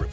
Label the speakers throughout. Speaker 1: Void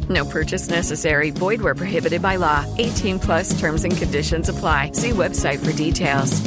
Speaker 2: No purchase necessary. Void where prohibited by law. 18 plus terms and conditions apply. See website for details.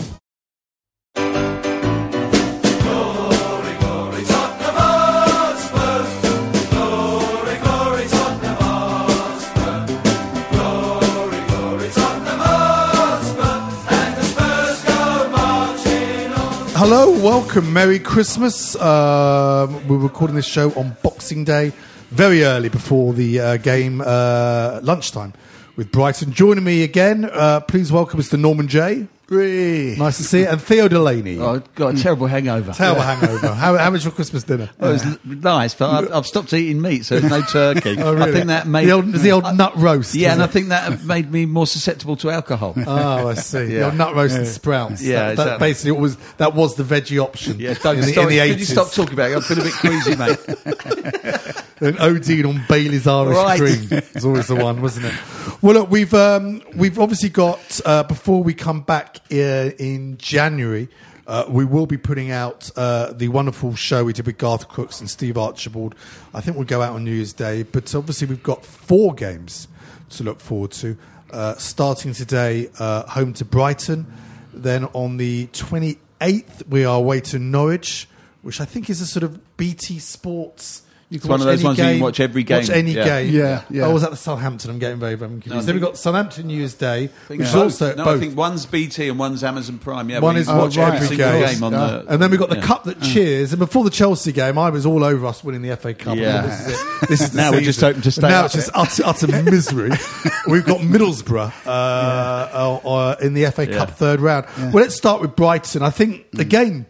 Speaker 3: Hello, welcome, Merry Christmas. Um, we're recording this show on Boxing Day, very early before the uh, game uh, lunchtime with Brighton. Joining me again, uh, please welcome Mr. Norman Jay. Nice to see you. And Theo Delaney.
Speaker 4: I
Speaker 3: Mm.
Speaker 4: got a terrible hangover.
Speaker 3: Terrible hangover. How, how was your Christmas dinner?
Speaker 4: It was l- nice, but I've, I've stopped eating meat, so there's no turkey.
Speaker 3: Oh, really?
Speaker 4: I think that made
Speaker 3: The old- it was the old
Speaker 4: I-
Speaker 3: nut roast,
Speaker 4: Yeah,
Speaker 3: was
Speaker 4: and I
Speaker 3: it?
Speaker 4: think that made me more susceptible to alcohol.
Speaker 3: Oh, I see.
Speaker 4: Yeah.
Speaker 3: Your nut roast and sprouts.
Speaker 4: Yeah,
Speaker 3: that, that
Speaker 4: exactly.
Speaker 3: basically it was that was the veggie option.
Speaker 4: yeah, don't
Speaker 3: in the,
Speaker 4: stop.
Speaker 3: in the
Speaker 4: could you
Speaker 3: 80s.
Speaker 4: stop talking about it? I feel a bit queasy, mate.
Speaker 3: An Odin on Bailey's Irish
Speaker 4: Right.
Speaker 3: Cream was always the one, wasn't it? Well, look, we've um, we've obviously got uh, before we come back uh, in January. Uh, we will be putting out uh, the wonderful show we did with Garth Crooks and Steve Archibald. I think we'll go out on New Year's Day, but obviously we've got four games to look forward to. Uh, starting today, uh, home to Brighton. Then on the 28th, we are away to Norwich, which I think is a sort of BT Sports. You
Speaker 4: It's one of those
Speaker 3: any
Speaker 4: ones where you watch every game.
Speaker 3: Watch any
Speaker 4: Yeah.
Speaker 3: game.
Speaker 5: Yeah, yeah.
Speaker 3: Oh, was that the Southampton? I'm getting very, very confused. then we've got Southampton New Year's Day, which is
Speaker 4: Both.
Speaker 3: also
Speaker 4: no,
Speaker 3: both.
Speaker 4: I think one's BT and one's Amazon Prime. Yeah,
Speaker 3: One
Speaker 4: we
Speaker 3: is
Speaker 5: Oh,
Speaker 3: watch
Speaker 4: watch
Speaker 5: right.
Speaker 4: every
Speaker 3: every
Speaker 4: single
Speaker 3: game.
Speaker 4: game on
Speaker 5: Yeah.
Speaker 4: the.
Speaker 3: and then we got the
Speaker 4: yeah. Mm.
Speaker 3: cup that cheers. And before the Chelsea game, I was all over us winning the FA Cup.
Speaker 4: Yeah.
Speaker 3: And This is, it. This is the
Speaker 4: Now we're
Speaker 3: season.
Speaker 4: just hoping to stay
Speaker 3: Now
Speaker 4: up.
Speaker 3: it's just utter, utter misery. We've got Middlesbrough uh, uh, uh, in the FA Cup
Speaker 4: Yeah. Mm.
Speaker 3: third round. Well, let's start with Brighton. I think again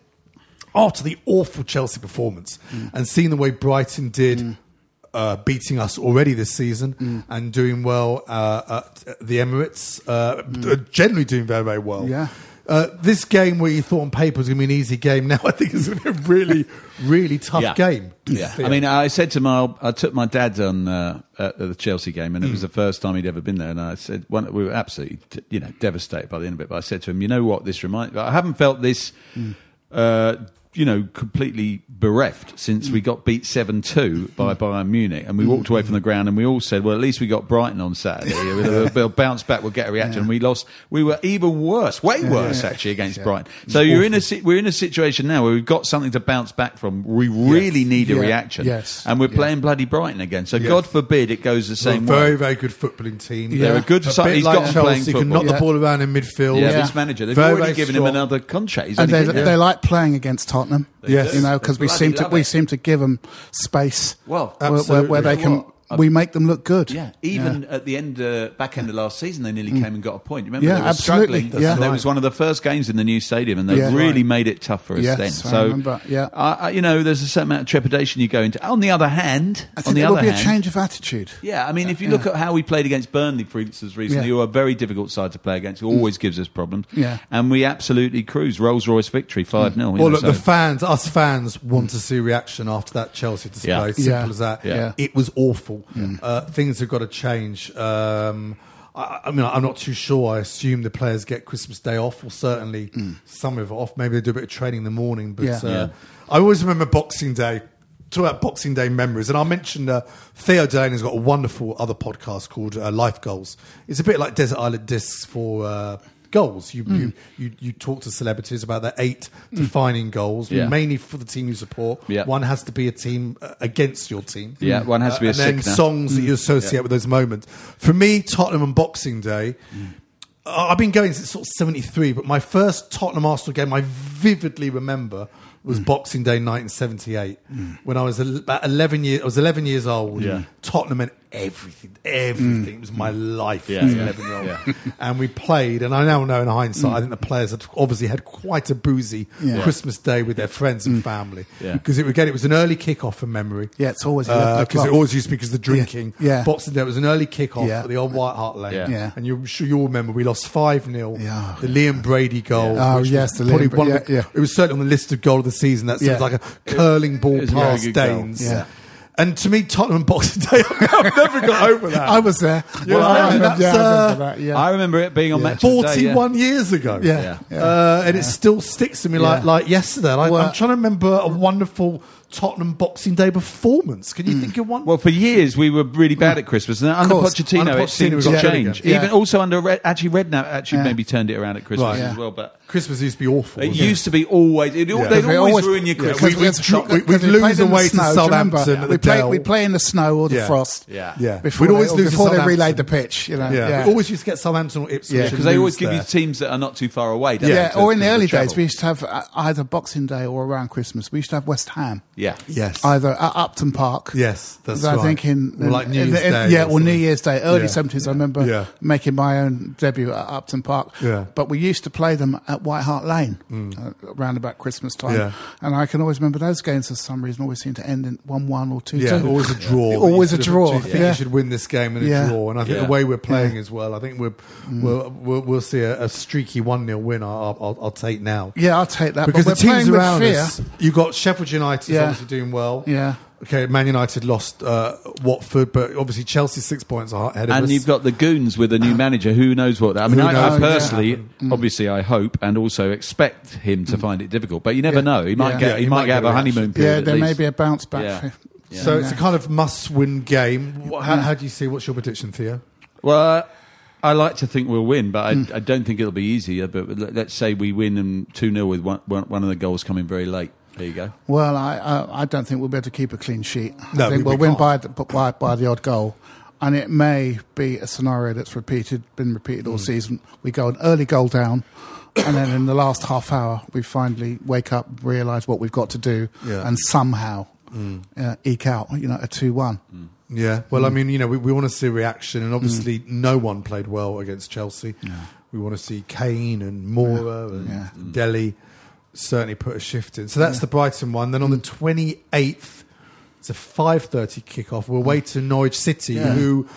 Speaker 3: after the awful Chelsea performance
Speaker 4: Mm.
Speaker 3: and seeing the way Brighton did. Uh, beating us already this season and doing well uh, at the Emirates, uh, generally doing very, very well.
Speaker 5: Yeah.
Speaker 3: Uh, this game where you thought on paper was going to be an easy game, now I think it's going to be a really, really tough game.
Speaker 4: Yeah. I mean, I said to my, I took my dad on uh, at the Chelsea game, and
Speaker 5: Hmm.
Speaker 4: it was the first time he'd ever been there. And I said, one, we were absolutely, t- you know, devastated by the end of it. But I said to him, you know what, this reminds. I haven't felt this,
Speaker 5: Hmm.
Speaker 4: uh, you know, completely bereft since
Speaker 5: Hmm.
Speaker 4: we got beat seven two by Bayern Munich, and we walked away from the ground, and we all said, well, at least we got Brighton on Saturday. we'll, we'll bounce back, we'll get a reaction. And we lost. We were even worse, way worse actually against Brighton. So you're in a, si- we're in a situation now where we've got something to bounce back from. We really need a
Speaker 5: Yeah.
Speaker 4: reaction.
Speaker 5: Yes.
Speaker 4: And we're playing bloody Brighton again. So God forbid it goes the
Speaker 3: They're a
Speaker 4: same
Speaker 3: very,
Speaker 4: way.
Speaker 3: very good footballing team.
Speaker 4: They're a good side.
Speaker 3: bit
Speaker 4: He's
Speaker 3: like
Speaker 4: got them playing
Speaker 3: Chelsea, can knock
Speaker 4: football.
Speaker 3: the ball around in midfield.
Speaker 4: Yeah,
Speaker 5: Yeah.
Speaker 4: this manager. They've
Speaker 3: Very,
Speaker 4: already
Speaker 3: very
Speaker 4: given
Speaker 3: strong.
Speaker 4: him another contract. He's
Speaker 5: and they,
Speaker 4: only given-
Speaker 5: they like playing against Tottenham.
Speaker 3: Yes.
Speaker 5: you know because we
Speaker 4: Bloody
Speaker 5: seem to
Speaker 4: love
Speaker 5: we
Speaker 4: it.
Speaker 5: seem to give them space.
Speaker 4: Well,
Speaker 5: where, where, where they
Speaker 4: absolutely.
Speaker 5: can
Speaker 4: What?
Speaker 5: we make them look good.
Speaker 4: Yeah, even at the end, uh, back end of last season, they nearly came and got a point. Remember,
Speaker 5: Mm. Yeah,
Speaker 4: they were
Speaker 5: absolutely.
Speaker 4: struggling.
Speaker 5: Yeah.
Speaker 4: That was one of the first games in the new stadium, and they
Speaker 5: Yeah.
Speaker 4: really
Speaker 5: Right.
Speaker 4: made it tough for us
Speaker 5: Yes,
Speaker 4: then.
Speaker 5: I
Speaker 4: So,
Speaker 5: remember. Yeah.
Speaker 4: I, I- you know, there's a certain amount of trepidation you go into. On the other hand,
Speaker 5: I
Speaker 4: on
Speaker 5: think
Speaker 4: the
Speaker 5: there
Speaker 4: other
Speaker 5: will be a
Speaker 4: hand,
Speaker 5: change of attitude.
Speaker 4: Yeah, I mean, if you look at how we played against Burnley, for instance, recently,
Speaker 5: Yeah. Mm.
Speaker 4: who are a very difficult side to play against, who always gives us problems.
Speaker 5: Yeah. Mm.
Speaker 4: And we absolutely cruise Rolls Royce victory, 5 0.
Speaker 3: Well, look, the fans, us fans, want to see reaction after that Chelsea display.
Speaker 4: Yeah.
Speaker 3: Simple
Speaker 5: Yeah.
Speaker 3: as that.
Speaker 5: Yeah.
Speaker 3: It was awful. Uh, things have got to change. Um, I, I mean, I'm not too sure. I assume the players get Christmas Day off, or certainly some of it off. Maybe they do a bit of training in the morning. But
Speaker 5: Yeah.
Speaker 3: Uh,
Speaker 4: Yeah.
Speaker 3: I always remember Boxing Day. Talk about Boxing Day memories, and I mentioned uh, Theo Dane has got a wonderful other podcast called uh, Life Goals. It's a bit like Desert Island Discs for uh, goals. You,
Speaker 4: Hmm.
Speaker 3: you you you talk to celebrities about their eight defining goals,
Speaker 4: Yeah.
Speaker 3: mainly for the team you support.
Speaker 4: Yeah.
Speaker 3: One has to be a team uh, against your team. Uh,
Speaker 4: Yeah, one has to be a Hmm.
Speaker 3: and then
Speaker 4: sickener.
Speaker 3: songs that you associate with those moments. For me, Tottenham and Boxing Day. I- I've been going since sort of 73, but my first Tottenham Arsenal game I vividly remember was
Speaker 4: Hmm.
Speaker 3: Boxing Day 1978 when I was el- about 11 years I was 11 years old.
Speaker 4: Yeah. Hmm.
Speaker 3: Tottenham and everything everything was my life
Speaker 4: Yeah,
Speaker 3: as an
Speaker 4: yeah,
Speaker 3: 11 year
Speaker 4: yeah. Hmm.
Speaker 3: old. And we played and I now know in hindsight I think the players had obviously had quite a boozy
Speaker 5: Yeah.
Speaker 3: Christmas day with their friends and family
Speaker 4: Hmm. Yeah.
Speaker 3: because it again it was an early kickoff from memory.
Speaker 5: Yeah, it's always
Speaker 3: because
Speaker 5: 11
Speaker 3: Uh, it
Speaker 5: o'clock.
Speaker 3: always used to be because of the drinking.
Speaker 5: Yeah.
Speaker 3: Boxing Day was an early kickoff
Speaker 5: Yeah.
Speaker 3: at the old White Hart Lane.
Speaker 4: Yeah.
Speaker 5: Yeah.
Speaker 3: And you're sure you'll remember we lost 5 0.
Speaker 5: Yeah. Oh,
Speaker 3: The Liam Brady goal.
Speaker 5: Yeah. Oh,
Speaker 3: which
Speaker 5: yes,
Speaker 3: was
Speaker 5: the Liam
Speaker 3: probably
Speaker 5: Bra-
Speaker 3: one of
Speaker 5: yeah,
Speaker 3: the-
Speaker 5: yeah.
Speaker 3: It was certainly on the list of goal of the season. That seems
Speaker 5: Yeah.
Speaker 3: like a curling ball
Speaker 4: it was a very
Speaker 3: past
Speaker 4: good goal.
Speaker 3: Danes.
Speaker 5: Yeah.
Speaker 3: And to me, Tottenham and Boxing Day, I've never got over that.
Speaker 5: I was there.
Speaker 3: You were
Speaker 5: I
Speaker 3: there?
Speaker 5: remember- yeah,
Speaker 3: That's,
Speaker 5: I
Speaker 3: uh,
Speaker 5: remember that. Yeah.
Speaker 4: I remember it being on
Speaker 5: Yeah.
Speaker 4: match of the day, yeah.
Speaker 3: 41 years ago.
Speaker 5: Yeah. Yeah. Yeah.
Speaker 3: Uh, and it still sticks to me like,
Speaker 5: Yeah.
Speaker 3: like yesterday. And I,
Speaker 5: Well-
Speaker 3: I'm trying to remember a wonderful Tottenham Boxing Day performance. Can
Speaker 5: Hmm.
Speaker 3: you think of one?
Speaker 4: Well, for years we were really bad at Christmas, and under
Speaker 5: Mm. course.
Speaker 4: Pochettino,
Speaker 3: Under
Speaker 4: it
Speaker 3: Pochettino,
Speaker 4: seemed to
Speaker 3: we got good
Speaker 4: change.
Speaker 5: again.
Speaker 4: Even
Speaker 5: Yeah.
Speaker 4: also under Red, actually Redknapp actually
Speaker 5: Yeah.
Speaker 4: maybe turned it around at Christmas
Speaker 3: Right.
Speaker 4: as
Speaker 5: Yeah.
Speaker 4: well. But
Speaker 3: Christmas used to be awful.
Speaker 4: it
Speaker 3: wasn't
Speaker 4: used to be always it,
Speaker 3: Yeah.
Speaker 4: they'd
Speaker 5: They
Speaker 4: always,
Speaker 5: always-
Speaker 4: ruin your
Speaker 5: yeah, 'cause
Speaker 4: Christmas.
Speaker 3: we- we'd dr- we- we'd
Speaker 5: they
Speaker 3: lose
Speaker 5: played in
Speaker 3: away to
Speaker 5: do you remember?
Speaker 3: Southampton at
Speaker 5: We
Speaker 3: the Dell.
Speaker 5: played, we'd play in the snow or the
Speaker 3: Yeah.
Speaker 5: frost.
Speaker 4: Yeah.
Speaker 3: Yeah. We'd
Speaker 5: Before, they,
Speaker 3: always
Speaker 5: or
Speaker 3: lose to
Speaker 5: before they
Speaker 3: Southampton.
Speaker 5: relayed the pitch, you know.
Speaker 3: Yeah.
Speaker 5: Yeah.
Speaker 3: We always used to get Southampton or Ipswich.
Speaker 5: Yeah,
Speaker 3: and
Speaker 4: because they always
Speaker 3: lose
Speaker 4: give you
Speaker 3: there.
Speaker 4: teams that are not too far away. Don't
Speaker 5: Yeah,
Speaker 4: they, to-
Speaker 5: or in
Speaker 4: to
Speaker 5: the early
Speaker 4: travel.
Speaker 5: days, we used to have uh, either Boxing Day or around Christmas. We used to have West Ham.
Speaker 4: yeah,
Speaker 3: Yes.
Speaker 5: Either at Upton Park.
Speaker 3: Yes, that's
Speaker 5: I
Speaker 3: right.
Speaker 5: think in,
Speaker 3: Or like
Speaker 5: in-
Speaker 3: New
Speaker 5: in-
Speaker 3: Year's
Speaker 5: in-
Speaker 3: Day or
Speaker 5: yeah, or New
Speaker 3: something.
Speaker 5: Year's Day, early
Speaker 3: Yeah.
Speaker 5: seventies. I remember
Speaker 3: Yeah.
Speaker 5: making my own debut at Upton Park.
Speaker 3: Yeah. Mm.
Speaker 5: but we used to play them at White Hart Lane uh, around about Christmas time.
Speaker 3: Yeah.
Speaker 5: and I can always remember those games for some reason always seem to end in one-one or two-two.
Speaker 3: Yeah, always a draw.
Speaker 5: Always
Speaker 3: You sort
Speaker 5: a
Speaker 3: of-
Speaker 5: draw,
Speaker 3: Do you think
Speaker 5: yeah.
Speaker 3: you should win this game in a
Speaker 5: Yeah.
Speaker 3: draw? And I think
Speaker 4: Yeah.
Speaker 3: the way we're playing as well, I think we're, we'll, we'll we'll see a, a streaky one 0 win. I'll, I'll, I'll take now.
Speaker 5: Yeah, I'll take that.
Speaker 3: because the
Speaker 5: but we're
Speaker 3: teams
Speaker 5: playing
Speaker 3: around
Speaker 5: with fear.
Speaker 3: us, you've got Sheffield United
Speaker 5: Yeah.
Speaker 3: obviously doing well.
Speaker 5: Yeah.
Speaker 3: Okay, Man United lost uh, Watford, but obviously Chelsea six points ahead of us.
Speaker 4: and you've got the goons with a new manager. Who knows what that? I mean,
Speaker 3: Who
Speaker 4: I,
Speaker 3: knows Mm.
Speaker 4: I
Speaker 3: what's gonna
Speaker 4: personally,
Speaker 3: happen.
Speaker 4: obviously, I hope and also expect him to find it difficult. But you never
Speaker 5: Yeah.
Speaker 4: know. He might
Speaker 5: Yeah.
Speaker 4: get.
Speaker 3: Mm. Yeah,
Speaker 4: he, might, have
Speaker 3: get
Speaker 4: a
Speaker 3: a reaction.
Speaker 4: honeymoon period.
Speaker 5: Yeah,
Speaker 4: at
Speaker 5: there may
Speaker 4: least.
Speaker 5: be a bounce back.
Speaker 4: Yeah.
Speaker 5: for-
Speaker 4: Yeah.
Speaker 3: so it's a kind of must-win game. Wha- How, how do you see? What's your prediction, Theo?
Speaker 4: Well, I like to think we'll win, but I,
Speaker 3: Mm.
Speaker 4: I don't think it'll be easy. Uh, But let- let's say we win and 2 0 with one, one, one of the goals coming very late. There you go.
Speaker 5: Well, I, I I don't think we'll be able to keep a clean sheet.
Speaker 3: No,
Speaker 5: I think
Speaker 3: we- we
Speaker 5: we'll win
Speaker 3: can't.
Speaker 5: by the, by, by the odd goal, and it may be a scenario that's repeated, been repeated
Speaker 3: Hmm.
Speaker 5: all season. We go an early goal down, and then in the last half hour, we finally wake up, realise what we've got to do,
Speaker 3: Yeah. Hmm.
Speaker 5: and somehow uh, eke out, you know, a two-one.
Speaker 3: Yeah. Well,
Speaker 5: Hmm.
Speaker 3: I mean, you know, we, we want to see reaction, and obviously, no one played well against Chelsea. We want to see Kane and Mora and
Speaker 5: Yeah.
Speaker 3: Delhi certainly put a shift in. So that's the Brighton one. Then on
Speaker 5: Hmm.
Speaker 3: the twenty eighth, it's a five thirty kickoff.
Speaker 5: Hmm.
Speaker 3: We're away to Norwich City, who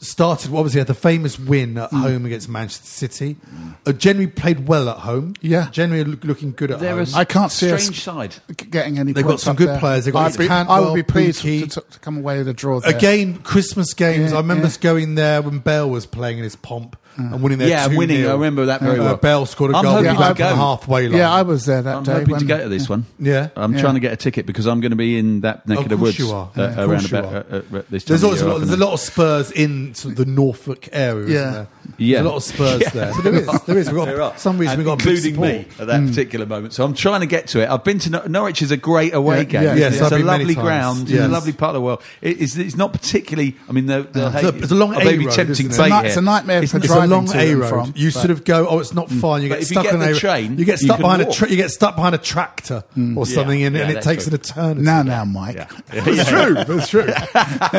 Speaker 3: started well, obviously had the famous win
Speaker 5: Hmm.
Speaker 3: at home against Manchester City. Uh, generally played well at home.
Speaker 5: Yeah.
Speaker 3: generally look, looking good at home.
Speaker 5: I can't see us-
Speaker 4: strange side.
Speaker 5: G- Getting any?
Speaker 3: They've got
Speaker 5: points
Speaker 3: some
Speaker 5: up
Speaker 3: good
Speaker 5: there.
Speaker 3: players. They've got
Speaker 5: I'd be, I
Speaker 3: Cantwell,
Speaker 5: would be pleased to,
Speaker 3: Pookie.
Speaker 5: to, to come away with a draw. There.
Speaker 3: Again, Christmas games.
Speaker 5: Yeah,
Speaker 3: I remember
Speaker 5: yeah.
Speaker 3: us going there when Bell was playing in his pomp and winning their
Speaker 4: Mm. Yeah, and
Speaker 3: 2-0.
Speaker 4: winning. I remember that very
Speaker 3: Uh,
Speaker 4: well.
Speaker 3: Bell scored a
Speaker 4: I'm
Speaker 3: goal
Speaker 4: hoping
Speaker 3: back
Speaker 5: to
Speaker 3: at the
Speaker 4: go.
Speaker 3: halfway line.
Speaker 5: yeah, I was there that
Speaker 4: I'm
Speaker 5: day.
Speaker 4: hoping to
Speaker 5: when-
Speaker 4: go to this one.
Speaker 3: Yeah.
Speaker 4: I'm
Speaker 5: Yeah.
Speaker 4: trying to get a ticket because I'm going to be in that neck
Speaker 3: Of
Speaker 4: of, the
Speaker 3: course
Speaker 4: woods
Speaker 3: you are.
Speaker 4: uh,
Speaker 3: Yeah, of
Speaker 4: around
Speaker 3: course you
Speaker 4: about
Speaker 3: are.
Speaker 4: uh, uh, this time.
Speaker 3: There's
Speaker 4: of
Speaker 3: always a
Speaker 4: year,
Speaker 3: lot. There's a
Speaker 4: often.
Speaker 3: lot of Spurs in sort of the Norfolk area.
Speaker 5: Yeah.
Speaker 3: Isn't there?
Speaker 4: Yeah.
Speaker 3: There's a lot of Spurs
Speaker 4: Yeah,
Speaker 3: there. So there is. There is. We've got
Speaker 4: There are.
Speaker 3: for some reason
Speaker 4: And
Speaker 3: we got a big
Speaker 4: including me
Speaker 3: support. Hmm.
Speaker 4: at that particular moment. So I'm trying to get to it. I've been to Nor- Norwich is a great away
Speaker 5: Yeah,
Speaker 4: game.
Speaker 5: yeah,
Speaker 3: yes,
Speaker 4: it's
Speaker 3: I've
Speaker 4: a
Speaker 3: been many
Speaker 4: lovely
Speaker 3: times.
Speaker 4: ground,
Speaker 3: Yes.
Speaker 4: it's a lovely part of the world. It is, it's not particularly. I mean, they'll, they'll
Speaker 3: It's a-
Speaker 4: hate-
Speaker 3: it's a long
Speaker 4: I may be
Speaker 3: A road,
Speaker 4: tempting
Speaker 3: isn't it?
Speaker 4: fate
Speaker 5: It's a night-
Speaker 4: here.
Speaker 5: it's a nightmare for
Speaker 3: It's a
Speaker 5: driving
Speaker 3: long
Speaker 5: to
Speaker 3: A
Speaker 5: them
Speaker 3: road.
Speaker 5: from,
Speaker 3: you
Speaker 5: but-
Speaker 3: sort of go, oh, it's not fine. You get
Speaker 4: Mm. But if you
Speaker 3: stuck
Speaker 4: get
Speaker 3: on
Speaker 4: the
Speaker 3: a road.
Speaker 4: train,
Speaker 3: You get
Speaker 4: you
Speaker 3: stuck
Speaker 4: can
Speaker 3: behind a
Speaker 4: walk. Mm.
Speaker 3: tra- you get stuck behind a tractor or
Speaker 4: Yeah.
Speaker 3: something, and,
Speaker 4: Yeah,
Speaker 3: and it
Speaker 4: that's
Speaker 3: takes
Speaker 4: true.
Speaker 3: an eternity.
Speaker 5: Now, now, Mike.
Speaker 3: It's true. It's true.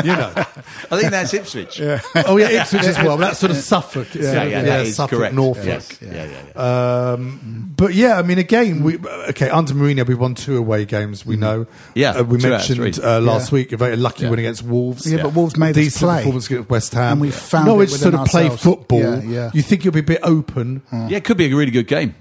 Speaker 3: you know.
Speaker 4: I think that's Ipswich. Yeah,
Speaker 3: oh yeah, Ipswich as well. but That's sort of Suffolk. It's
Speaker 4: yeah,
Speaker 3: sort of,
Speaker 4: yeah, that is
Speaker 3: Suffolk,
Speaker 4: correct.
Speaker 3: Norfolk.
Speaker 4: Yes. Yeah, yeah, yeah.
Speaker 3: Um, but yeah, I mean, again, we okay under Mourinho, we won two away games. We know.
Speaker 4: Mm-hmm. Yeah,
Speaker 3: Uh, we
Speaker 4: two out of
Speaker 3: mentioned
Speaker 4: three.
Speaker 3: uh, last
Speaker 5: Yeah.
Speaker 3: week a very lucky
Speaker 4: Yeah.
Speaker 3: win against Wolves.
Speaker 5: Yeah, but Wolves made us
Speaker 3: decent
Speaker 5: play.
Speaker 3: performance against West Ham.
Speaker 5: And we found it
Speaker 3: Norwich sort
Speaker 5: within
Speaker 3: of play
Speaker 5: ourselves.
Speaker 3: football.
Speaker 5: Yeah, yeah. Mm.
Speaker 3: You think you'll be a bit open.
Speaker 4: it could be a really good game.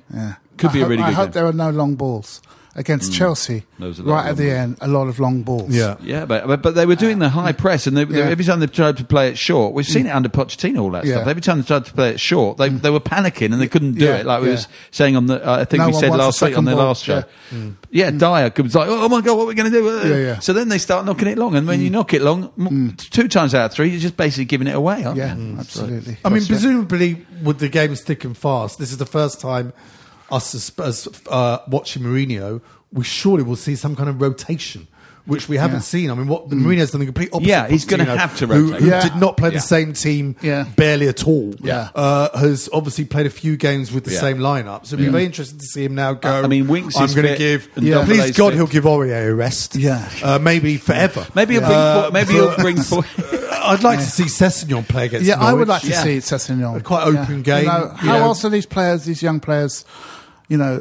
Speaker 4: Could
Speaker 5: I
Speaker 4: be
Speaker 5: hope,
Speaker 4: a really
Speaker 5: I
Speaker 4: good
Speaker 5: hope
Speaker 4: game. Hmm.
Speaker 5: there are no long balls. against Chelsea,
Speaker 4: Those are the
Speaker 5: right
Speaker 4: long
Speaker 5: at the
Speaker 4: balls.
Speaker 5: end, a lot of long balls.
Speaker 3: Yeah.
Speaker 4: Yeah, but, but but they were doing the high press, and they, they-
Speaker 5: Yeah.
Speaker 4: every time they tried to play it short, we've seen it under Pochettino all that
Speaker 5: Yeah.
Speaker 4: stuff. Every time they tried to play it short, they they were panicking and they couldn't do
Speaker 5: Yeah,
Speaker 4: it. Like we
Speaker 5: yeah.
Speaker 4: was saying on the, uh, I think
Speaker 5: No
Speaker 4: we
Speaker 5: one
Speaker 4: said
Speaker 5: wants a
Speaker 4: last week on
Speaker 5: second
Speaker 4: the
Speaker 5: ball.
Speaker 4: last show.
Speaker 5: Yeah. Mm.
Speaker 4: Yeah, Dyer was like, oh my god, what are we going to do?
Speaker 5: Yeah, yeah. Mm.
Speaker 4: So then they start knocking it long, and when you knock it long, m two times out of three, you're just basically giving it away. Aren't
Speaker 5: Yeah,
Speaker 4: you? Mm.
Speaker 5: absolutely.
Speaker 3: Hmm. I mean,
Speaker 5: That's right.
Speaker 3: presumably with the games thick and fast, this is the first time us as, as uh, watching Mourinho, we surely will see some kind of rotation. Which we haven't
Speaker 5: Yeah.
Speaker 3: seen. I mean, what Mourinho's done the complete opposite.
Speaker 4: Mm. Yeah, he's gonna
Speaker 3: Pochettino,
Speaker 4: have to
Speaker 3: who-
Speaker 4: rotate.
Speaker 3: Who,
Speaker 5: Yeah.
Speaker 3: did not play
Speaker 4: Yeah.
Speaker 3: the same team
Speaker 5: Yeah.
Speaker 3: barely at all.
Speaker 5: Yeah.
Speaker 3: uh, has obviously played a few games with the
Speaker 4: Yeah.
Speaker 3: same lineup. So it'd be very interesting to see him now go.
Speaker 4: I mean, Winks
Speaker 3: I'm
Speaker 4: is
Speaker 3: gonna
Speaker 4: fit
Speaker 3: give.
Speaker 4: and
Speaker 3: Yeah.
Speaker 4: Dombele's
Speaker 3: Please God,
Speaker 4: fit.
Speaker 3: he'll give Aurier a rest.
Speaker 5: Yeah.
Speaker 3: uh, maybe forever.
Speaker 4: Maybe you'll bring,
Speaker 5: Uh,
Speaker 4: for- maybe you'll bring. For,
Speaker 3: I'd like to see Sessegnon play against.
Speaker 5: Yeah, I would like to
Speaker 4: Yeah.
Speaker 5: see Cessignon.
Speaker 3: Quite open game, you
Speaker 5: how
Speaker 3: know.
Speaker 5: else are these players, these young players, you know,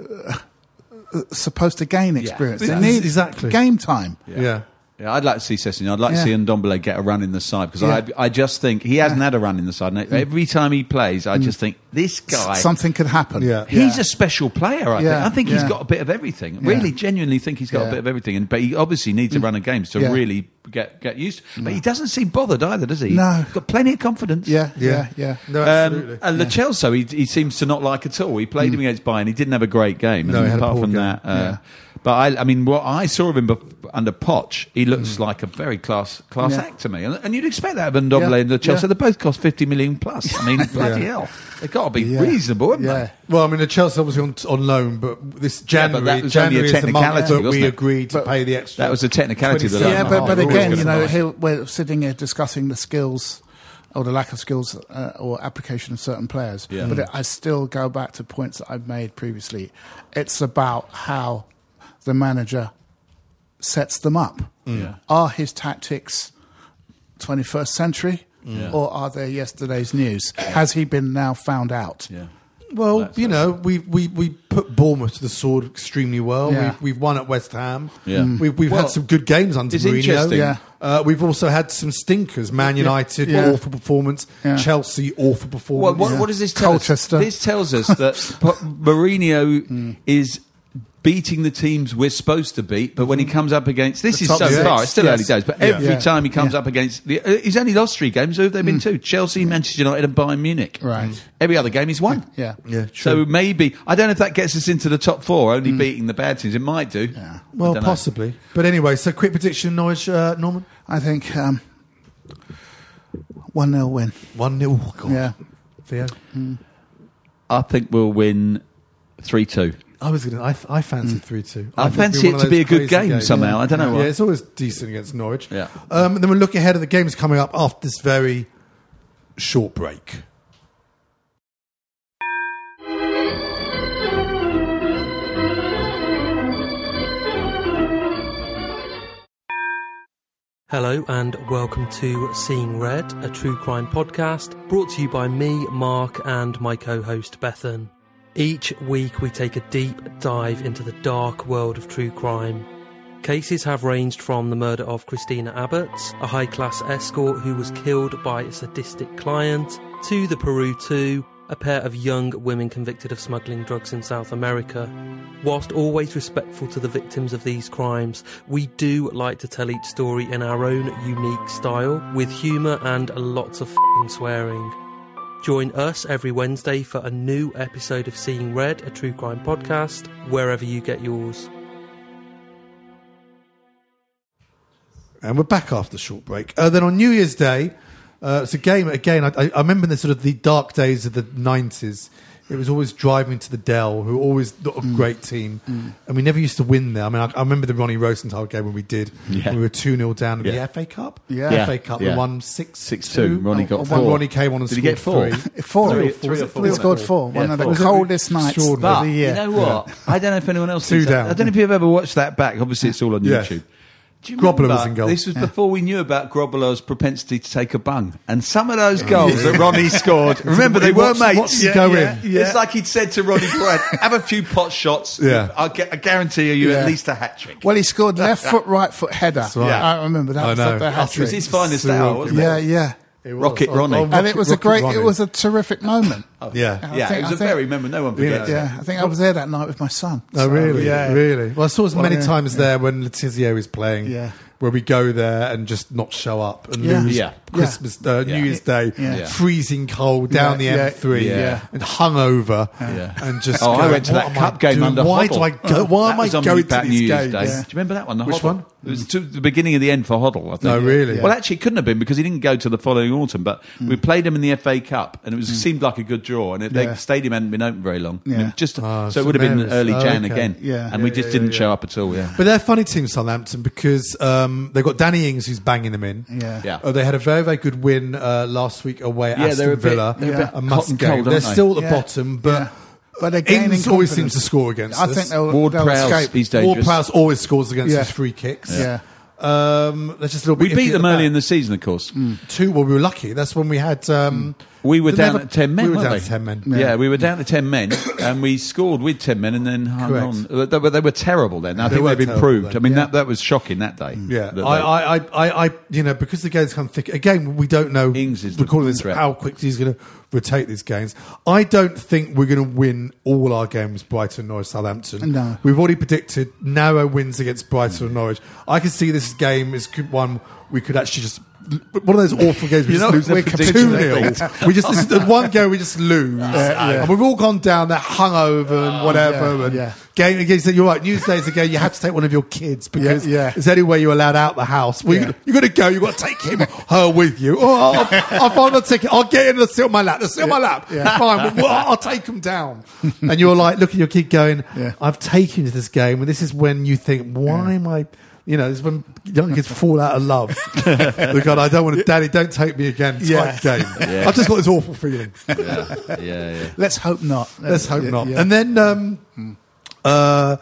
Speaker 5: uh, supposed to gain experience?
Speaker 3: Yeah,
Speaker 5: They need
Speaker 3: exactly.
Speaker 5: game time.
Speaker 3: Yeah. yeah.
Speaker 4: Yeah, I'd like to see Sessignon. I'd like to
Speaker 5: Yeah.
Speaker 4: see Ndombele get a run in the side because
Speaker 5: Yeah. Mm.
Speaker 4: I, I just think he hasn't had a run in the side. And Every time he plays, I just think this guy.
Speaker 5: S- Something could happen.
Speaker 3: Yeah.
Speaker 4: He's
Speaker 5: Yeah.
Speaker 4: a special player. I
Speaker 5: Yeah.
Speaker 4: think. I think he's
Speaker 5: Yeah.
Speaker 4: got a bit of everything. Really, genuinely think he's got
Speaker 5: Yeah. Mm.
Speaker 4: a bit of everything. And but he obviously needs a run of games to
Speaker 5: Yeah.
Speaker 4: really get get used. to But he doesn't seem bothered either, does he?
Speaker 5: No.
Speaker 4: He's got plenty of confidence.
Speaker 5: Yeah, yeah, yeah.
Speaker 3: No, absolutely. Hmm.
Speaker 4: Um, and Lachelso, he, he seems to not like at all. He played him against Bayern. He didn't have a great game.
Speaker 3: No, he had a
Speaker 4: apart
Speaker 3: poor
Speaker 4: from
Speaker 3: game.
Speaker 4: that, uh, but I, I mean, what I saw of him bef- under Poch, he looks
Speaker 3: Hmm.
Speaker 4: like a very class class
Speaker 5: Yeah.
Speaker 4: act to me. And, and you'd expect that of Ndombele
Speaker 5: Yeah.
Speaker 4: and Lachelso.
Speaker 5: Yeah.
Speaker 4: They both cost fifty million plus. I mean, bloody hell, they've got to be reasonable, haven't
Speaker 5: Yeah.
Speaker 4: they?
Speaker 3: Well, I mean, the Chelsea obviously on, on loan, but this
Speaker 4: Yeah, but
Speaker 3: January,
Speaker 4: that was only a
Speaker 3: January is the month
Speaker 4: technicality,
Speaker 3: that
Speaker 4: wasn't
Speaker 3: we
Speaker 4: it?
Speaker 3: agreed to
Speaker 5: But-
Speaker 3: pay the extra.
Speaker 4: That was a technicality, the
Speaker 3: 27.
Speaker 4: loan.
Speaker 5: yeah,
Speaker 4: Oh,
Speaker 5: but, but
Speaker 4: we're
Speaker 5: again,
Speaker 4: always
Speaker 5: you
Speaker 4: gonna
Speaker 5: know,
Speaker 4: buy.
Speaker 5: here we're sitting here discussing the skills or the lack of skills uh, or application of certain players.
Speaker 4: Yeah. Mm.
Speaker 5: But I still go back to points that I've made previously. It's about how the manager sets them up.
Speaker 4: Mm.
Speaker 5: Are his tactics 21st century? Or are they yesterday's news? Has he been now found out?
Speaker 4: Yeah.
Speaker 3: well,
Speaker 4: That's-
Speaker 3: you know, we, we, we put Bournemouth to the sword extremely well.
Speaker 5: Yeah.
Speaker 3: We've, we've won at West Ham.
Speaker 4: Yeah. Mm.
Speaker 3: We've, we've
Speaker 4: Well,
Speaker 3: had some good games under
Speaker 4: it's
Speaker 3: Mourinho.
Speaker 4: interesting.
Speaker 5: Yeah.
Speaker 3: Uh, we've also had some stinkers. Man United,
Speaker 5: Yeah.
Speaker 3: awful performance.
Speaker 5: Yeah.
Speaker 3: Chelsea, awful
Speaker 4: Well,
Speaker 3: performance.
Speaker 4: what,
Speaker 3: Yeah.
Speaker 4: what does this tell
Speaker 5: Colchester. Hmm.
Speaker 4: us? This tells us that P- Mourinho is beating the teams we're supposed to beat, but when he comes up against this
Speaker 5: Hmm. The
Speaker 4: is
Speaker 5: top
Speaker 4: so
Speaker 5: six,
Speaker 4: far, it's still
Speaker 5: yes.
Speaker 4: early days, but
Speaker 3: Yeah.
Speaker 4: every
Speaker 5: Yeah.
Speaker 4: time he comes
Speaker 5: Yeah. Hmm.
Speaker 4: up against the, uh, he's only lost three games. Who have they been to? Chelsea, Manchester United, and Bayern Munich. Hmm.
Speaker 5: Right.
Speaker 4: Every other game he's won.
Speaker 5: Yeah. Hmm.
Speaker 3: Yeah,
Speaker 4: So
Speaker 3: true.
Speaker 4: maybe I don't know if that gets us into the top four, only beating the bad teams. It might do. Yeah.
Speaker 3: well, possibly. But anyway, so quick prediction, Norwich, uh, Norman?
Speaker 5: I think um, 1 0 win.
Speaker 3: 1 0. God.
Speaker 5: Yeah.
Speaker 3: Theo?
Speaker 4: I think we'll win three two.
Speaker 3: I was gonna. I, I fancied three two.
Speaker 4: Hmm. I fancy it to be a good game somehow. I don't know
Speaker 3: Yeah,
Speaker 4: why.
Speaker 3: it's always decent against Norwich.
Speaker 4: Yeah.
Speaker 3: Um, and then we're looking ahead at the games coming up after this very short break.
Speaker 6: Hello and welcome to Seeing Red, a true crime podcast brought to you by me, Mark, and my co host Bethan. Each week we take a deep dive into the dark world of true crime. Cases have ranged from the murder of Christina Abbott, a high class escort who was killed by a sadistic client, to the Peru 2, a pair of young women convicted of smuggling drugs in South America. Whilst always respectful to the victims of these crimes, we do like to tell each story in our own unique style, with humour and lots of fing swearing. Join us every Wednesday for a new episode of Seeing Red, a true crime podcast, wherever you get yours.
Speaker 3: And we're back after the short break. Uh, then on New Year's Day, uh, it's a game again. I, I- I remember the sort of the dark days of the nineties. It was always driving to the Dell, who were always not a
Speaker 4: Mm.
Speaker 3: great team, and we never used to win there. I mean, I, I remember the Ronnie Rosenthal game when we did.
Speaker 4: Yeah.
Speaker 3: We were two 0 down in
Speaker 4: Yeah.
Speaker 3: the FA Cup.
Speaker 5: Yeah.
Speaker 3: The
Speaker 5: Yeah.
Speaker 3: FA Cup.
Speaker 4: Yeah.
Speaker 3: We won six
Speaker 4: 6-2. Ronnie got
Speaker 3: and when
Speaker 4: four.
Speaker 3: Ronnie came on and
Speaker 4: Did he
Speaker 3: scored
Speaker 4: get four?
Speaker 3: three.
Speaker 5: Four.
Speaker 4: Three or four, is it four?
Speaker 5: We scored four.
Speaker 4: Yeah,
Speaker 5: One of the
Speaker 4: four.
Speaker 5: coldest nights of
Speaker 3: Extraordinary.
Speaker 5: the
Speaker 4: But
Speaker 5: year.
Speaker 4: you know what? I don't know if anyone else.
Speaker 3: Two
Speaker 4: thinks that.
Speaker 3: down.
Speaker 4: I don't know if you've ever watched that back. Obviously, it's all on
Speaker 3: Yes.
Speaker 4: YouTube. Do you
Speaker 3: Grobbler
Speaker 4: remember-
Speaker 3: was in goal.
Speaker 4: This was before we knew about Grobbler's propensity to take a bung, and some of those goals that Ronnie scored. Remember, they were
Speaker 3: Watch- watch
Speaker 4: mates.
Speaker 3: them go in.
Speaker 4: It's like he'd said to Ronnie, "Brad, have a few pot shots.
Speaker 3: Yeah.
Speaker 4: I'll get, I guarantee you, you
Speaker 5: Yeah.
Speaker 4: at least a hat trick."
Speaker 5: Well, he scored left foot, right foot header.
Speaker 3: right.
Speaker 5: I remember that.
Speaker 3: I
Speaker 5: was
Speaker 3: know.
Speaker 5: the hat
Speaker 3: That's
Speaker 4: it was
Speaker 5: trick.
Speaker 4: his finest hour, wasn't
Speaker 5: Yeah,
Speaker 4: it?
Speaker 5: yeah.
Speaker 3: It was.
Speaker 4: Rocket
Speaker 3: On-
Speaker 4: Ronnie.
Speaker 3: on
Speaker 5: and it was a
Speaker 3: Rocket
Speaker 5: great,
Speaker 3: Ronnie.
Speaker 5: it was a terrific moment.
Speaker 3: yeah.
Speaker 4: Oh, yeah,
Speaker 5: think-
Speaker 4: it
Speaker 5: I
Speaker 4: was a
Speaker 5: think-
Speaker 4: very memorable. No one forgets.
Speaker 5: Yeah, I think I was there that night with my son.
Speaker 3: Oh,
Speaker 5: So-
Speaker 3: really?
Speaker 5: Yeah.
Speaker 3: Really? Well, I saw us many
Speaker 5: yeah,
Speaker 3: times there when Letizia was playing.
Speaker 5: Yeah.
Speaker 3: Where we go there and just not show up and
Speaker 5: Yeah.
Speaker 3: lose
Speaker 4: Yeah.
Speaker 3: Christmas, Uh,
Speaker 4: Yeah.
Speaker 3: New Year's Day,
Speaker 5: Yeah.
Speaker 3: freezing cold down
Speaker 5: Yeah, yeah,
Speaker 3: the M3
Speaker 4: yeah. Yeah.
Speaker 3: and hungover
Speaker 4: Yeah.
Speaker 3: and just.
Speaker 4: Oh, I
Speaker 3: go,
Speaker 4: went to
Speaker 3: "What am
Speaker 4: that
Speaker 3: I
Speaker 4: cup game
Speaker 3: doing?
Speaker 4: under
Speaker 3: Why
Speaker 4: Hoddle.
Speaker 3: do I go? Why
Speaker 4: That
Speaker 3: am I
Speaker 4: was on
Speaker 3: going to
Speaker 4: back New
Speaker 3: these
Speaker 4: Year's
Speaker 3: games?
Speaker 4: Day.
Speaker 5: Yeah.
Speaker 4: Do you remember that one? The
Speaker 3: Which
Speaker 4: Hoddle.
Speaker 3: one?
Speaker 4: It was to the beginning of the end for Hoddle, I think.
Speaker 3: No, really? Hmm.
Speaker 4: Well, actually, it couldn't have been because he didn't go to the following autumn, but we played him in the FA Cup and it was, seemed like a good draw. And it,
Speaker 5: Yeah.
Speaker 4: the stadium hadn't been open very long.
Speaker 5: Yeah.
Speaker 4: And it just,
Speaker 3: Ah,
Speaker 4: so it
Speaker 3: St
Speaker 4: would have been
Speaker 3: Mary's.
Speaker 4: early
Speaker 3: Oh,
Speaker 4: Jan
Speaker 3: okay.
Speaker 4: again.
Speaker 5: Yeah.
Speaker 4: And we
Speaker 3: Yeah,
Speaker 4: just
Speaker 3: yeah,
Speaker 4: didn't
Speaker 3: yeah,
Speaker 4: show
Speaker 3: yeah.
Speaker 4: up at all, yeah.
Speaker 3: But they're a funny team, Southampton, because um, they've got Danny Ings who's banging them in.
Speaker 5: Yeah.
Speaker 4: Yeah.
Speaker 3: Oh, they had a very, very good win uh, last week away at
Speaker 4: Yeah,
Speaker 3: Aston
Speaker 4: they're a bit-
Speaker 3: Villa.
Speaker 4: they're a bit
Speaker 3: a must
Speaker 4: cotton
Speaker 3: game.
Speaker 4: cold,
Speaker 3: they're
Speaker 4: aren't they?
Speaker 3: still at the
Speaker 5: Yeah.
Speaker 3: bottom, but
Speaker 5: Yeah. But they're gaining
Speaker 3: Ings always
Speaker 5: confidence.
Speaker 3: seems to score against
Speaker 5: I
Speaker 3: us.
Speaker 5: think they'll,
Speaker 4: Ward
Speaker 5: they'll
Speaker 4: Prowse,
Speaker 5: escape.
Speaker 4: he's
Speaker 3: Ward
Speaker 4: dangerous.
Speaker 3: Prowse always scores against
Speaker 5: Yeah.
Speaker 3: his free kicks.
Speaker 5: Yeah.
Speaker 3: Um, they're just a little
Speaker 4: we
Speaker 3: bit
Speaker 4: beat them early in the Hmm. season, of course.
Speaker 3: two. Well, we were lucky. That's when we had. Um,
Speaker 4: We were
Speaker 3: did they
Speaker 4: down
Speaker 3: have a-
Speaker 4: at 10 men.
Speaker 3: We were
Speaker 4: weren't
Speaker 3: down
Speaker 4: we?
Speaker 3: to 10 men.
Speaker 4: Yeah. we were down to 10 men and we scored with 10 men and then hung
Speaker 3: Correct.
Speaker 4: on. But They, were- they were terrible then. I
Speaker 3: They
Speaker 4: think
Speaker 3: were
Speaker 4: they've
Speaker 3: terrible
Speaker 4: improved.
Speaker 3: then.
Speaker 4: I mean,
Speaker 3: Yeah. Mm.
Speaker 4: that, that was shocking that day.
Speaker 3: Yeah,
Speaker 4: That they-
Speaker 3: I, I, I, I, I, you know, because the games come thick. Again, we don't know.
Speaker 4: Ings is
Speaker 3: we're
Speaker 4: the
Speaker 3: calling this
Speaker 4: threat.
Speaker 3: how quickly he's going to rotate these games. I don't think we're going to win all our games. Brighton, Norwich, Southampton.
Speaker 5: No.
Speaker 3: we've already predicted narrow wins against Brighton and Norwich. I could see this game is good one we could actually just. One of those awful games we
Speaker 4: You know,
Speaker 3: just
Speaker 4: we're
Speaker 3: lose two nil.
Speaker 4: capitulating.
Speaker 3: We just this is the one game we just lose, and we've all gone down there hungover and whatever.
Speaker 5: Oh, yeah,
Speaker 3: and
Speaker 5: yeah.
Speaker 3: game against you're right. Newsdays again, you had to take one of your kids because
Speaker 5: Yeah, yeah.
Speaker 3: it's the only way you're allowed out the house. Well,
Speaker 5: Yeah.
Speaker 3: you, you got to go. You got to take him, her with you. Oh, I'll, I'll find a ticket. I'll get in and sit on my lap. They'll sit on my lap.
Speaker 5: Yeah.
Speaker 3: Fine. Well, I'll I'll take him down. And you're like, look at your kid going.
Speaker 5: Yeah.
Speaker 3: I've taken you to this game, and this is when you think, why am I? You know, it's when young kids fall out of love. Look, God, I don't want to, Daddy, don't take me again. Type
Speaker 5: Yeah.
Speaker 3: game. I've just got this awful feeling.
Speaker 4: yeah, yeah.
Speaker 5: Let's hope not.
Speaker 3: Let's hope
Speaker 5: Yeah,
Speaker 3: not.
Speaker 5: yeah.
Speaker 3: And then um, uh,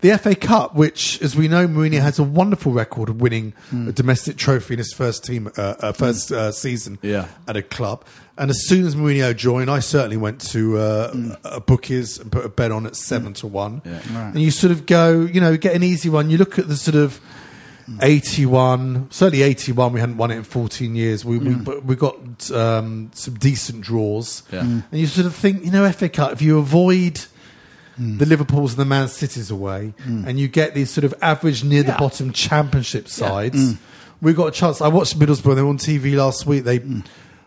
Speaker 3: the FA Cup, which, as we know, Mourinho has a wonderful record of winning a domestic trophy in his first team, uh, uh, first uh, season
Speaker 4: Yeah.
Speaker 3: at a club. And as soon as Mourinho joined, I certainly went to uh, a bookies and put a bet on at seven to one. And you sort of go, you know, get an easy one. You look at the sort of. 81 certainly 81 we hadn't won it in 14 years we
Speaker 5: Mm.
Speaker 3: we, but we got um, some decent draws
Speaker 4: Yeah. Mm.
Speaker 3: and you sort of think you know FA Cup if you avoid
Speaker 5: Mm.
Speaker 3: the Liverpools and the Man Cities away and you get these sort of average near the bottom championship sides
Speaker 5: Mm.
Speaker 3: we got a chance I watched Middlesbrough they were on TV last week they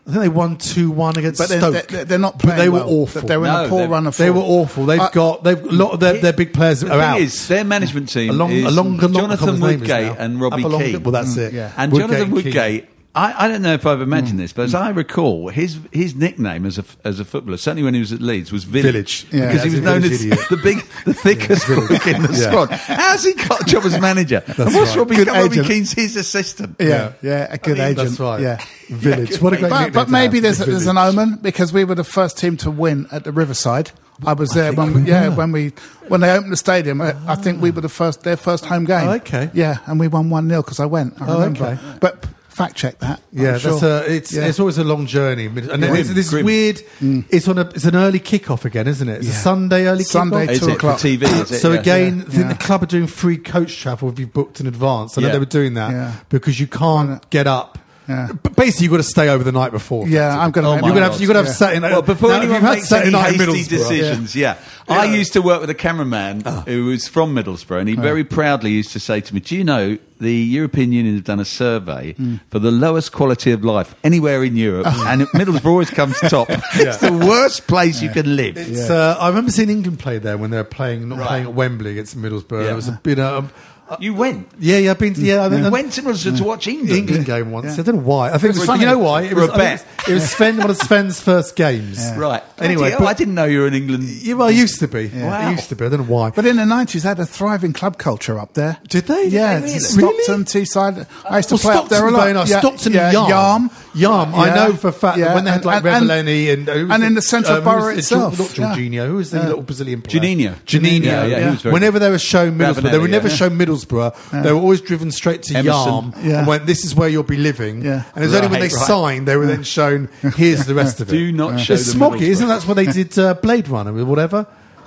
Speaker 3: I think they won 2-1 against
Speaker 5: Mm. But they're,
Speaker 3: Stoke
Speaker 5: they're, they're- they're not
Speaker 3: but
Speaker 5: playing
Speaker 3: they were
Speaker 5: well.
Speaker 3: awful
Speaker 5: They were in
Speaker 4: No,
Speaker 5: a poor
Speaker 4: they're-
Speaker 5: run of
Speaker 3: they were
Speaker 5: form.
Speaker 3: awful they've
Speaker 5: I-
Speaker 3: got they've a lot of their, their big players
Speaker 4: The
Speaker 3: are
Speaker 4: thing
Speaker 3: out
Speaker 4: is, their management team
Speaker 3: Along,
Speaker 4: is
Speaker 3: along, along
Speaker 4: Jonathan Woodgate and Robbie Keane. Mm.
Speaker 3: Well, that's it.
Speaker 5: yeah.
Speaker 4: And Jonathan
Speaker 3: and Keane.
Speaker 4: Woodgate, I, I don't know if I've imagined this, but as I recall, his his nickname as a as a footballer, certainly when he was at Leeds, was Village,
Speaker 3: Village. Yeah,
Speaker 4: because he
Speaker 3: as
Speaker 4: was
Speaker 3: a
Speaker 4: known
Speaker 3: village
Speaker 4: as
Speaker 3: idiot.
Speaker 4: the big, the thickest crook in the
Speaker 3: Yeah.
Speaker 4: squad. How's he got a job as manager? and what's
Speaker 3: right.
Speaker 4: Robbie,
Speaker 3: Good
Speaker 4: Robbie
Speaker 3: agent.
Speaker 4: Keane's his assistant?
Speaker 5: Yeah, yeah, a good
Speaker 3: I mean,
Speaker 5: agent.
Speaker 3: That's right.
Speaker 5: Yeah.
Speaker 3: Village. What a great
Speaker 5: But,
Speaker 3: nickname
Speaker 5: but
Speaker 3: to
Speaker 5: maybe
Speaker 3: have,
Speaker 5: there's,
Speaker 3: the
Speaker 5: there's an
Speaker 3: Village.
Speaker 5: omen because we were the first team to win at the Riverside. I was there
Speaker 3: think
Speaker 5: when
Speaker 3: we
Speaker 5: we, yeah
Speaker 3: were.
Speaker 5: when we when they opened the stadium. I, I think we were the first their first home game.
Speaker 3: Oh, okay.
Speaker 5: Yeah, and we won one 0 because I went. I
Speaker 3: Oh,
Speaker 5: remember.
Speaker 3: okay.
Speaker 5: But fact check that.
Speaker 3: Yeah,
Speaker 5: I'm
Speaker 3: that's
Speaker 5: sure.
Speaker 3: a, it's
Speaker 5: Yeah.
Speaker 3: it's always a long journey, and then
Speaker 4: Grim,
Speaker 3: it's this
Speaker 4: grim.
Speaker 3: weird.
Speaker 5: Mm.
Speaker 3: It's on a it's an early kickoff again, isn't it? It's a
Speaker 5: Yeah.
Speaker 3: Sunday early
Speaker 5: Sunday
Speaker 3: kickoff.
Speaker 4: Is
Speaker 5: Two
Speaker 4: it for
Speaker 5: o'clock.
Speaker 4: TV? Is it?
Speaker 3: So
Speaker 4: Yeah.
Speaker 3: again, I think
Speaker 5: Yeah.
Speaker 3: the club are doing free coach travel if you booked in advance. I know
Speaker 4: Yeah.
Speaker 3: they were doing that
Speaker 5: Yeah.
Speaker 3: because you can't get up.
Speaker 5: Yeah.
Speaker 3: But basically, you've got to stay over the night before.
Speaker 5: Yeah, I'm gonna.
Speaker 4: Oh
Speaker 5: make-
Speaker 4: my
Speaker 3: You're gonna
Speaker 4: God.
Speaker 3: have you're gonna have
Speaker 5: Yeah.
Speaker 3: Saturday night.
Speaker 4: Well, before
Speaker 3: Now, if
Speaker 4: anyone
Speaker 3: you've had
Speaker 4: makes
Speaker 3: Saturday
Speaker 4: any
Speaker 3: night in
Speaker 4: hasty
Speaker 3: Middlesbrough- Ah.
Speaker 4: decisions, yeah. I used to work with a cameraman who was from Middlesbrough, and he very proudly used to say to me, "Do you know the European Union have done a survey
Speaker 3: Hmm.
Speaker 4: for the lowest quality of life anywhere in Europe,
Speaker 3: Ah.
Speaker 4: and Middlesbrough always comes top. It's the worst place you can live."
Speaker 3: It's, uh, I remember seeing England play there when they were playing not playing at Wembley against Middlesbrough.
Speaker 4: Yeah.
Speaker 3: It was a bit. Um, uh,
Speaker 4: You went.
Speaker 3: yeah, yeah, I've been. Yeah, I
Speaker 4: You
Speaker 3: think-
Speaker 4: went to Middlesbrough to watch
Speaker 3: the
Speaker 4: England.
Speaker 3: England game once. I
Speaker 5: Yeah.
Speaker 3: don't know why. I think it was,
Speaker 5: was
Speaker 3: you
Speaker 5: funny.
Speaker 3: know why it
Speaker 4: For
Speaker 3: was.
Speaker 4: a
Speaker 3: I think
Speaker 4: bet.
Speaker 3: It was Sven, one of Sven's first games.
Speaker 4: Right.
Speaker 3: Anyway,
Speaker 4: Bloody hell,
Speaker 3: but-
Speaker 4: I didn't know you were an England.
Speaker 3: Yeah, well, it used to be.
Speaker 4: Wow.
Speaker 3: It used to be. I don't know why.
Speaker 5: But in the nineties, they had a thriving club culture up there.
Speaker 3: Did they?
Speaker 5: Yeah,
Speaker 3: Did they really?
Speaker 5: Stockton, Teesside. I used to
Speaker 3: well,
Speaker 5: play up there a
Speaker 3: Stockton's
Speaker 5: lot.
Speaker 3: very nice.
Speaker 5: Yeah,
Speaker 3: Stockton
Speaker 5: yeah,
Speaker 3: and Yarm.
Speaker 5: Yarm.
Speaker 3: Yarm. I
Speaker 5: Yeah.
Speaker 3: know for a fact that
Speaker 5: Yeah,
Speaker 3: when they had like
Speaker 5: and-
Speaker 3: Revelini and. uh, who was
Speaker 5: and
Speaker 3: it? Um,
Speaker 5: in the central
Speaker 3: who was
Speaker 5: borough
Speaker 3: it? Ju-
Speaker 5: itself.
Speaker 3: Not
Speaker 5: Yeah.
Speaker 3: Jorginho. Who was the little Brazilian player?
Speaker 4: Juninho.
Speaker 3: Juninho.
Speaker 4: Yeah,
Speaker 5: yeah, he was
Speaker 4: very
Speaker 3: Whenever
Speaker 4: good.
Speaker 3: they were shown Middlesbrough, they
Speaker 4: Ravenelli,
Speaker 3: were never
Speaker 4: yeah.
Speaker 3: shown Middlesbrough. They were always driven straight to
Speaker 4: Emerson.
Speaker 3: Yarm
Speaker 5: Yeah.
Speaker 3: and went, this is where you'll be living.
Speaker 5: Yeah.
Speaker 3: And it was only when they
Speaker 4: Right, right.
Speaker 3: signed, they were then shown, here's the rest of it.
Speaker 4: Do not show
Speaker 3: It's
Speaker 4: them
Speaker 3: smoggy,
Speaker 4: Middlesbrough.
Speaker 3: isn't that? That's where they did uh, Blade Runner or whatever.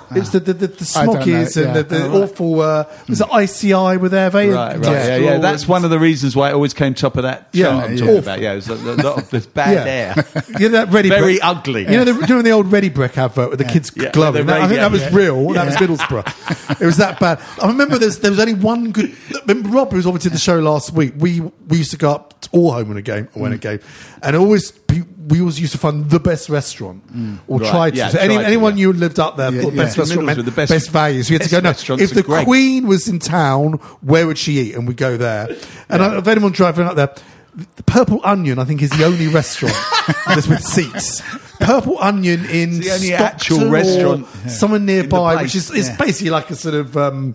Speaker 3: It's the the, the, the
Speaker 5: I don't know,
Speaker 3: Smockies and
Speaker 5: yeah.
Speaker 3: the, the
Speaker 5: Oh, right.
Speaker 3: awful. Uh, was it ICI were there? They
Speaker 4: Right, right, yeah, yeah, That's one of the reasons why it always came top of that chart
Speaker 3: Yeah,
Speaker 4: I'm
Speaker 3: yeah.
Speaker 4: talking
Speaker 3: Awful.
Speaker 4: about. Yeah, it was a lot of this bad air.
Speaker 3: You know that ready
Speaker 4: Very
Speaker 3: brick-
Speaker 4: ugly.
Speaker 3: You know, the, doing the old Ready Brick advert with the kids
Speaker 4: Yeah,
Speaker 3: glowing.
Speaker 4: the
Speaker 3: That- I think
Speaker 4: radio,
Speaker 3: that was
Speaker 4: yeah.
Speaker 3: real. That was Middlesbrough. it was that bad. I remember there's, there was only one good. Remember Rob, who was obviously at the show last week, we, we used to go up to all home in a game, or when a
Speaker 4: Mm.
Speaker 3: game, and always pe- we always used to find the best restaurant or
Speaker 4: Mm. Right,
Speaker 3: try to.
Speaker 4: yeah,
Speaker 3: so any,
Speaker 4: try to,
Speaker 3: anyone
Speaker 4: yeah.
Speaker 3: you lived up there
Speaker 5: Yeah,
Speaker 3: thought
Speaker 5: yeah.
Speaker 3: best restaurant
Speaker 4: Middlesbrough,
Speaker 3: meant
Speaker 4: the
Speaker 3: best,
Speaker 4: best-
Speaker 3: values. We had to
Speaker 4: best
Speaker 3: go. No,
Speaker 4: restaurants
Speaker 3: if
Speaker 4: are
Speaker 3: the
Speaker 4: great.
Speaker 3: Queen was in town, where would she eat? And we go there. And I, if anyone driving up there. The Purple Onion, I think, is the only restaurant that's with seats. Purple Onion in
Speaker 4: It's the only
Speaker 3: Stockton
Speaker 4: actual
Speaker 3: or
Speaker 4: restaurant, yeah.
Speaker 3: somewhere nearby,
Speaker 4: place,
Speaker 3: which is it's
Speaker 4: yeah.
Speaker 3: basically like a sort of um,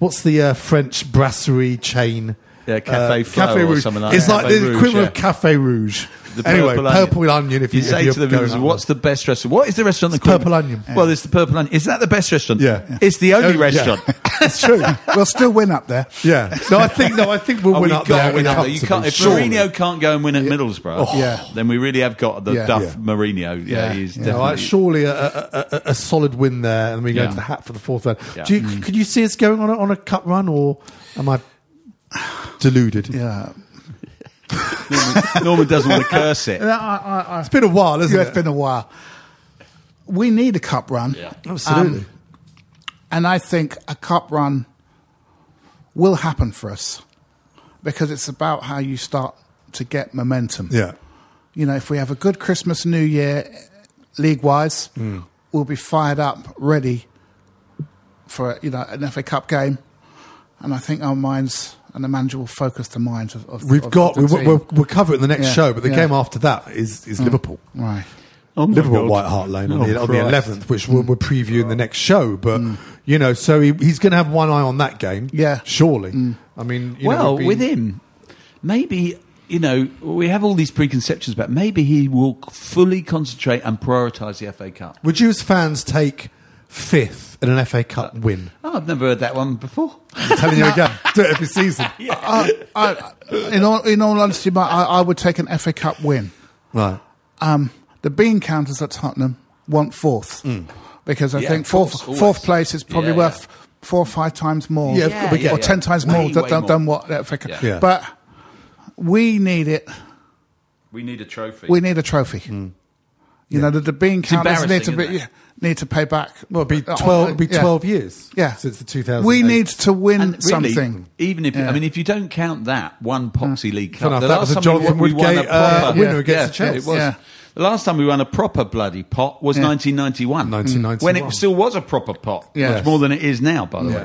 Speaker 3: what's the uh, French brasserie chain? Uh,
Speaker 4: Yeah, Café Fleur or
Speaker 3: Rouge.
Speaker 4: something like
Speaker 3: It's
Speaker 4: that.
Speaker 3: like
Speaker 4: Café
Speaker 3: the
Speaker 4: Rouge,
Speaker 3: equivalent
Speaker 4: yeah.
Speaker 3: of Cafe Rouge.
Speaker 4: The
Speaker 3: anyway, Purple Onion. If you,
Speaker 4: say
Speaker 3: if
Speaker 4: to the
Speaker 3: you're
Speaker 4: viewers,
Speaker 3: going-
Speaker 4: what's the best restaurant? What is the restaurant?
Speaker 3: It's
Speaker 4: that called-
Speaker 3: Purple Onion.
Speaker 4: Well, it's the Purple Onion. Is that the best restaurant?
Speaker 3: Yeah.
Speaker 4: It's the only
Speaker 3: Oh, yeah.
Speaker 4: restaurant.
Speaker 3: It's true.
Speaker 5: we'll still win up there.
Speaker 3: Yeah. No, I think no, I think we'll
Speaker 4: Oh,
Speaker 3: win
Speaker 4: we've
Speaker 3: up
Speaker 4: got
Speaker 3: there.
Speaker 4: to win up there. You can't,
Speaker 3: comfortably,
Speaker 4: if
Speaker 3: surely.
Speaker 4: Mourinho can't go and win at Middlesbrough,
Speaker 3: Oh.
Speaker 5: Yeah.
Speaker 4: then we really have got the
Speaker 5: Yeah.
Speaker 4: Duff
Speaker 5: Yeah.
Speaker 4: Mourinho. Yeah,
Speaker 5: Yeah.
Speaker 4: he's
Speaker 5: Yeah.
Speaker 3: No, I,
Speaker 4: definitely.
Speaker 3: surely a, a, a- a, a solid win there, and we go
Speaker 4: Yeah.
Speaker 3: to the hat for the fourth round.
Speaker 4: Yeah. Mm.
Speaker 3: Do you, Could you see us going on a, on a cup run, or am I deluded?
Speaker 5: Yeah.
Speaker 4: Norman, Norman doesn't want to curse it.
Speaker 5: I, I, I,
Speaker 3: It's been a while,
Speaker 5: Yeah,
Speaker 3: hasn't
Speaker 5: it's
Speaker 3: it?
Speaker 5: been a while. We need a cup run.
Speaker 4: Yeah.
Speaker 3: Absolutely.
Speaker 5: Um, and I think a cup run will happen for us because it's about how you start to get momentum.
Speaker 3: yeah.
Speaker 5: You know, if we have a good Christmas, New Year, league wise,
Speaker 3: Mm.
Speaker 5: we'll be fired up, ready for you know an FA Cup game. And I think our minds and the manager will focus the minds of. of
Speaker 3: We've
Speaker 5: of
Speaker 3: got.
Speaker 5: the
Speaker 3: We,
Speaker 5: team.
Speaker 3: we'll, we'll cover it in the next
Speaker 5: Yeah,
Speaker 3: show, but the
Speaker 5: yeah. Mm. Oh
Speaker 3: game after that is is Liverpool.
Speaker 5: right.
Speaker 4: Oh
Speaker 3: Liverpool White Hart Lane
Speaker 5: Oh,
Speaker 3: on, the, on the 11th, which we'll, we'll preview in the
Speaker 5: Mm.
Speaker 3: next show. But, you know, so he, he's going to have one eye on that game.
Speaker 5: Yeah. Mm.
Speaker 3: Surely. I mean, you know,
Speaker 4: well,
Speaker 3: we've
Speaker 4: with
Speaker 3: been-
Speaker 4: him, maybe you know we have all these preconceptions, but maybe he will fully concentrate and prioritise the FA Cup.
Speaker 3: Would you as fans take fifth in an FA Cup win?
Speaker 4: Oh, I've never heard that one before.
Speaker 3: I'm telling you again, do it every season.
Speaker 5: I, I, in all in all honesty, Mark, I, I would take an FA Cup win.
Speaker 3: Right.
Speaker 5: Um, the bean counters at Tottenham want fourth because I
Speaker 4: Mm. Yeah,
Speaker 5: think
Speaker 4: of course,
Speaker 5: fourth
Speaker 4: always.
Speaker 5: fourth place is probably
Speaker 4: Yeah,
Speaker 5: worth four or five times more,
Speaker 3: Yeah, Yeah,
Speaker 5: or
Speaker 3: yeah,
Speaker 5: ten
Speaker 4: yeah.
Speaker 5: times
Speaker 4: Way,
Speaker 5: more than,
Speaker 4: way
Speaker 5: than,
Speaker 4: more.
Speaker 5: than what the FA Cup.
Speaker 4: Yeah.
Speaker 3: Yeah.
Speaker 5: But we need it.
Speaker 4: We need a trophy.
Speaker 5: We need a trophy. You know, the, the bean counters need to
Speaker 4: Mm. embarrassing,
Speaker 5: be
Speaker 4: isn't it?
Speaker 5: need to pay back.
Speaker 3: Oh, Well, it'd be
Speaker 5: uh,
Speaker 3: 12, it'd be
Speaker 5: yeah.
Speaker 3: 12 years
Speaker 5: Yeah,
Speaker 3: since the 2000.
Speaker 5: We need to win
Speaker 4: and really,
Speaker 5: something.
Speaker 4: even if you-
Speaker 5: Yeah.
Speaker 4: I mean, if you don't count that one Popsy League Cup,
Speaker 3: enough,
Speaker 4: the
Speaker 3: that
Speaker 4: last
Speaker 3: was a
Speaker 4: time
Speaker 3: Jonathan
Speaker 4: we, won a
Speaker 3: Woodgate, uh,
Speaker 4: proper
Speaker 3: winner against
Speaker 4: yeah,
Speaker 3: the
Speaker 4: It
Speaker 3: Chelsea.
Speaker 4: was.
Speaker 5: Yeah.
Speaker 4: The last time we won a proper bloody pot was
Speaker 5: Yeah.
Speaker 4: 1991,
Speaker 3: Mm. 1991.
Speaker 4: when it still was a proper pot,
Speaker 5: Yes.
Speaker 4: much more than it is now, by the
Speaker 3: Yeah.
Speaker 4: way.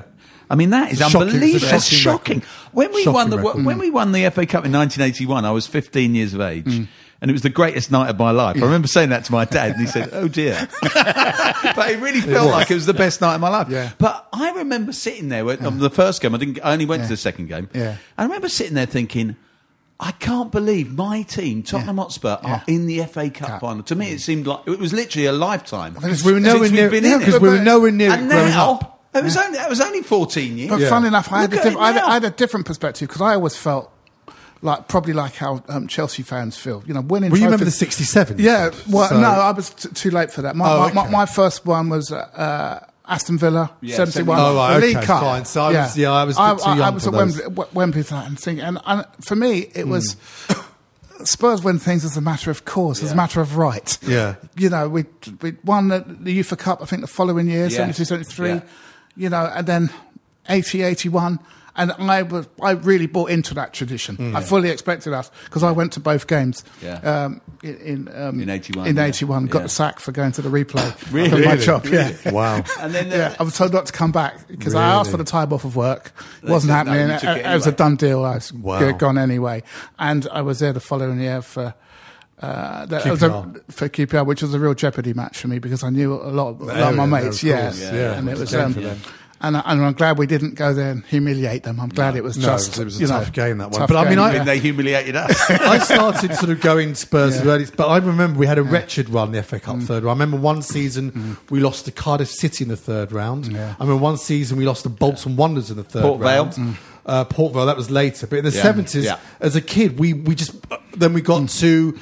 Speaker 4: I mean that is
Speaker 3: It's a shocking-
Speaker 4: unbelievable.
Speaker 3: it's a
Speaker 4: That's
Speaker 3: shocking
Speaker 4: shocking. When we
Speaker 3: Shocking
Speaker 4: won the
Speaker 3: record.
Speaker 4: when we won the FA Cup in 1981, I was 15 years of age, and it was the greatest night of my life. I remember saying that to my dad, and he said, "Oh dear," but it really felt like it was the best night of my life.
Speaker 5: Yeah.
Speaker 4: But I remember sitting there when, on the first game. I didn't. I only went
Speaker 5: Yeah.
Speaker 4: to the second game.
Speaker 5: Yeah.
Speaker 4: I remember sitting there thinking, I can't believe my team, Tottenham Hotspur, are
Speaker 5: Yeah.
Speaker 4: in the FA Cup
Speaker 5: Cup.
Speaker 4: final. To me, it seemed like it was literally a lifetime.
Speaker 5: Because we were
Speaker 4: since
Speaker 3: nowhere
Speaker 4: we've
Speaker 3: near-
Speaker 4: been
Speaker 3: yeah,
Speaker 4: in it.
Speaker 3: 'cause we were nowhere near
Speaker 4: And
Speaker 3: it growing
Speaker 4: now,
Speaker 3: up.
Speaker 4: It was only it was only fourteen years.
Speaker 5: But
Speaker 3: Yeah.
Speaker 5: fun enough, I had, a
Speaker 4: Look at
Speaker 5: diff-
Speaker 4: it
Speaker 5: I, had a,
Speaker 4: now.
Speaker 5: I had a different perspective because I always felt like probably like how um, Chelsea fans feel. You know, winning.
Speaker 3: Well, you remember the
Speaker 5: trophies-
Speaker 3: 67?
Speaker 5: Yeah. Well,
Speaker 3: So-
Speaker 5: no, I was t- too late for that. My,
Speaker 3: Oh,
Speaker 5: my, my,
Speaker 3: okay.
Speaker 5: my first one was. Uh, uh, Aston Villa,
Speaker 4: Yeah,
Speaker 5: seventy-one,
Speaker 3: Oh, right,
Speaker 5: the
Speaker 3: okay,
Speaker 5: League Cup.
Speaker 3: fine. So I was- yeah, I was a bit too
Speaker 5: I,
Speaker 3: young
Speaker 5: was
Speaker 3: for those.
Speaker 5: at
Speaker 3: Hmm.
Speaker 5: Wembley, W- Wembley for that and thinking, and, and for me, it was Spurs win things as a matter of course, as a matter of right.
Speaker 3: Yeah.
Speaker 5: You know, we we won the, the UEFA Cup, I think, the following year,
Speaker 4: Yeah.
Speaker 5: 72, 73,
Speaker 4: Yeah.
Speaker 5: you know, and then 80, 81. And I was, I really bought into that tradition. I fully expected us because I went to both games.
Speaker 4: Yeah.
Speaker 5: Um, in, in, um,
Speaker 4: In 81,
Speaker 5: In
Speaker 4: yeah.
Speaker 5: 81, got
Speaker 4: Yeah.
Speaker 5: the sack for going to the replay.
Speaker 4: Really?
Speaker 5: For my
Speaker 4: Really?
Speaker 5: job, yeah.
Speaker 3: Wow.
Speaker 4: And then the,
Speaker 5: Yeah,
Speaker 3: uh,
Speaker 5: I was told not to come back because I asked for the time off of work. It
Speaker 4: They
Speaker 5: wasn't
Speaker 4: said, no,
Speaker 5: happening.
Speaker 4: you
Speaker 5: it,
Speaker 4: took it
Speaker 5: it was a
Speaker 4: anyway.
Speaker 5: done deal. I was
Speaker 3: Wow.
Speaker 5: g- gone anyway, and I was there the following year for. Uh, that it was a,
Speaker 3: QPR.
Speaker 5: for QPR, which was a real jeopardy match for me because I knew a lot, of- a lot
Speaker 3: area
Speaker 5: of my
Speaker 3: there, of
Speaker 5: mates. Yeah,
Speaker 3: course, yeah.
Speaker 5: and it
Speaker 3: It's
Speaker 5: was.
Speaker 3: a game
Speaker 5: Um,
Speaker 3: for them.
Speaker 5: and, I, and I'm glad we didn't go there and humiliate them. I'm glad it was
Speaker 3: No,
Speaker 5: just
Speaker 3: it was a
Speaker 5: you
Speaker 3: tough
Speaker 5: know,
Speaker 3: game, that one.
Speaker 5: tough
Speaker 3: But I mean,
Speaker 5: game,
Speaker 3: I-
Speaker 4: when
Speaker 5: yeah.
Speaker 4: they humiliated us.
Speaker 3: I started sort of going Spurs
Speaker 5: Yeah. Mm.
Speaker 3: early, but I remember we had a wretched run the FA Cup third round. I remember one season we lost to Cardiff City in the third round.
Speaker 5: Yeah.
Speaker 3: I remember one season we lost to Bolton Wanderers in the third
Speaker 4: Port Vale.
Speaker 5: Mm.
Speaker 3: round. Uh, Port Vale, that was later. But in the
Speaker 4: Yeah.
Speaker 3: 70s,
Speaker 4: Yeah.
Speaker 3: as a kid, we, we just, uh, Then we got
Speaker 5: Mm.
Speaker 3: to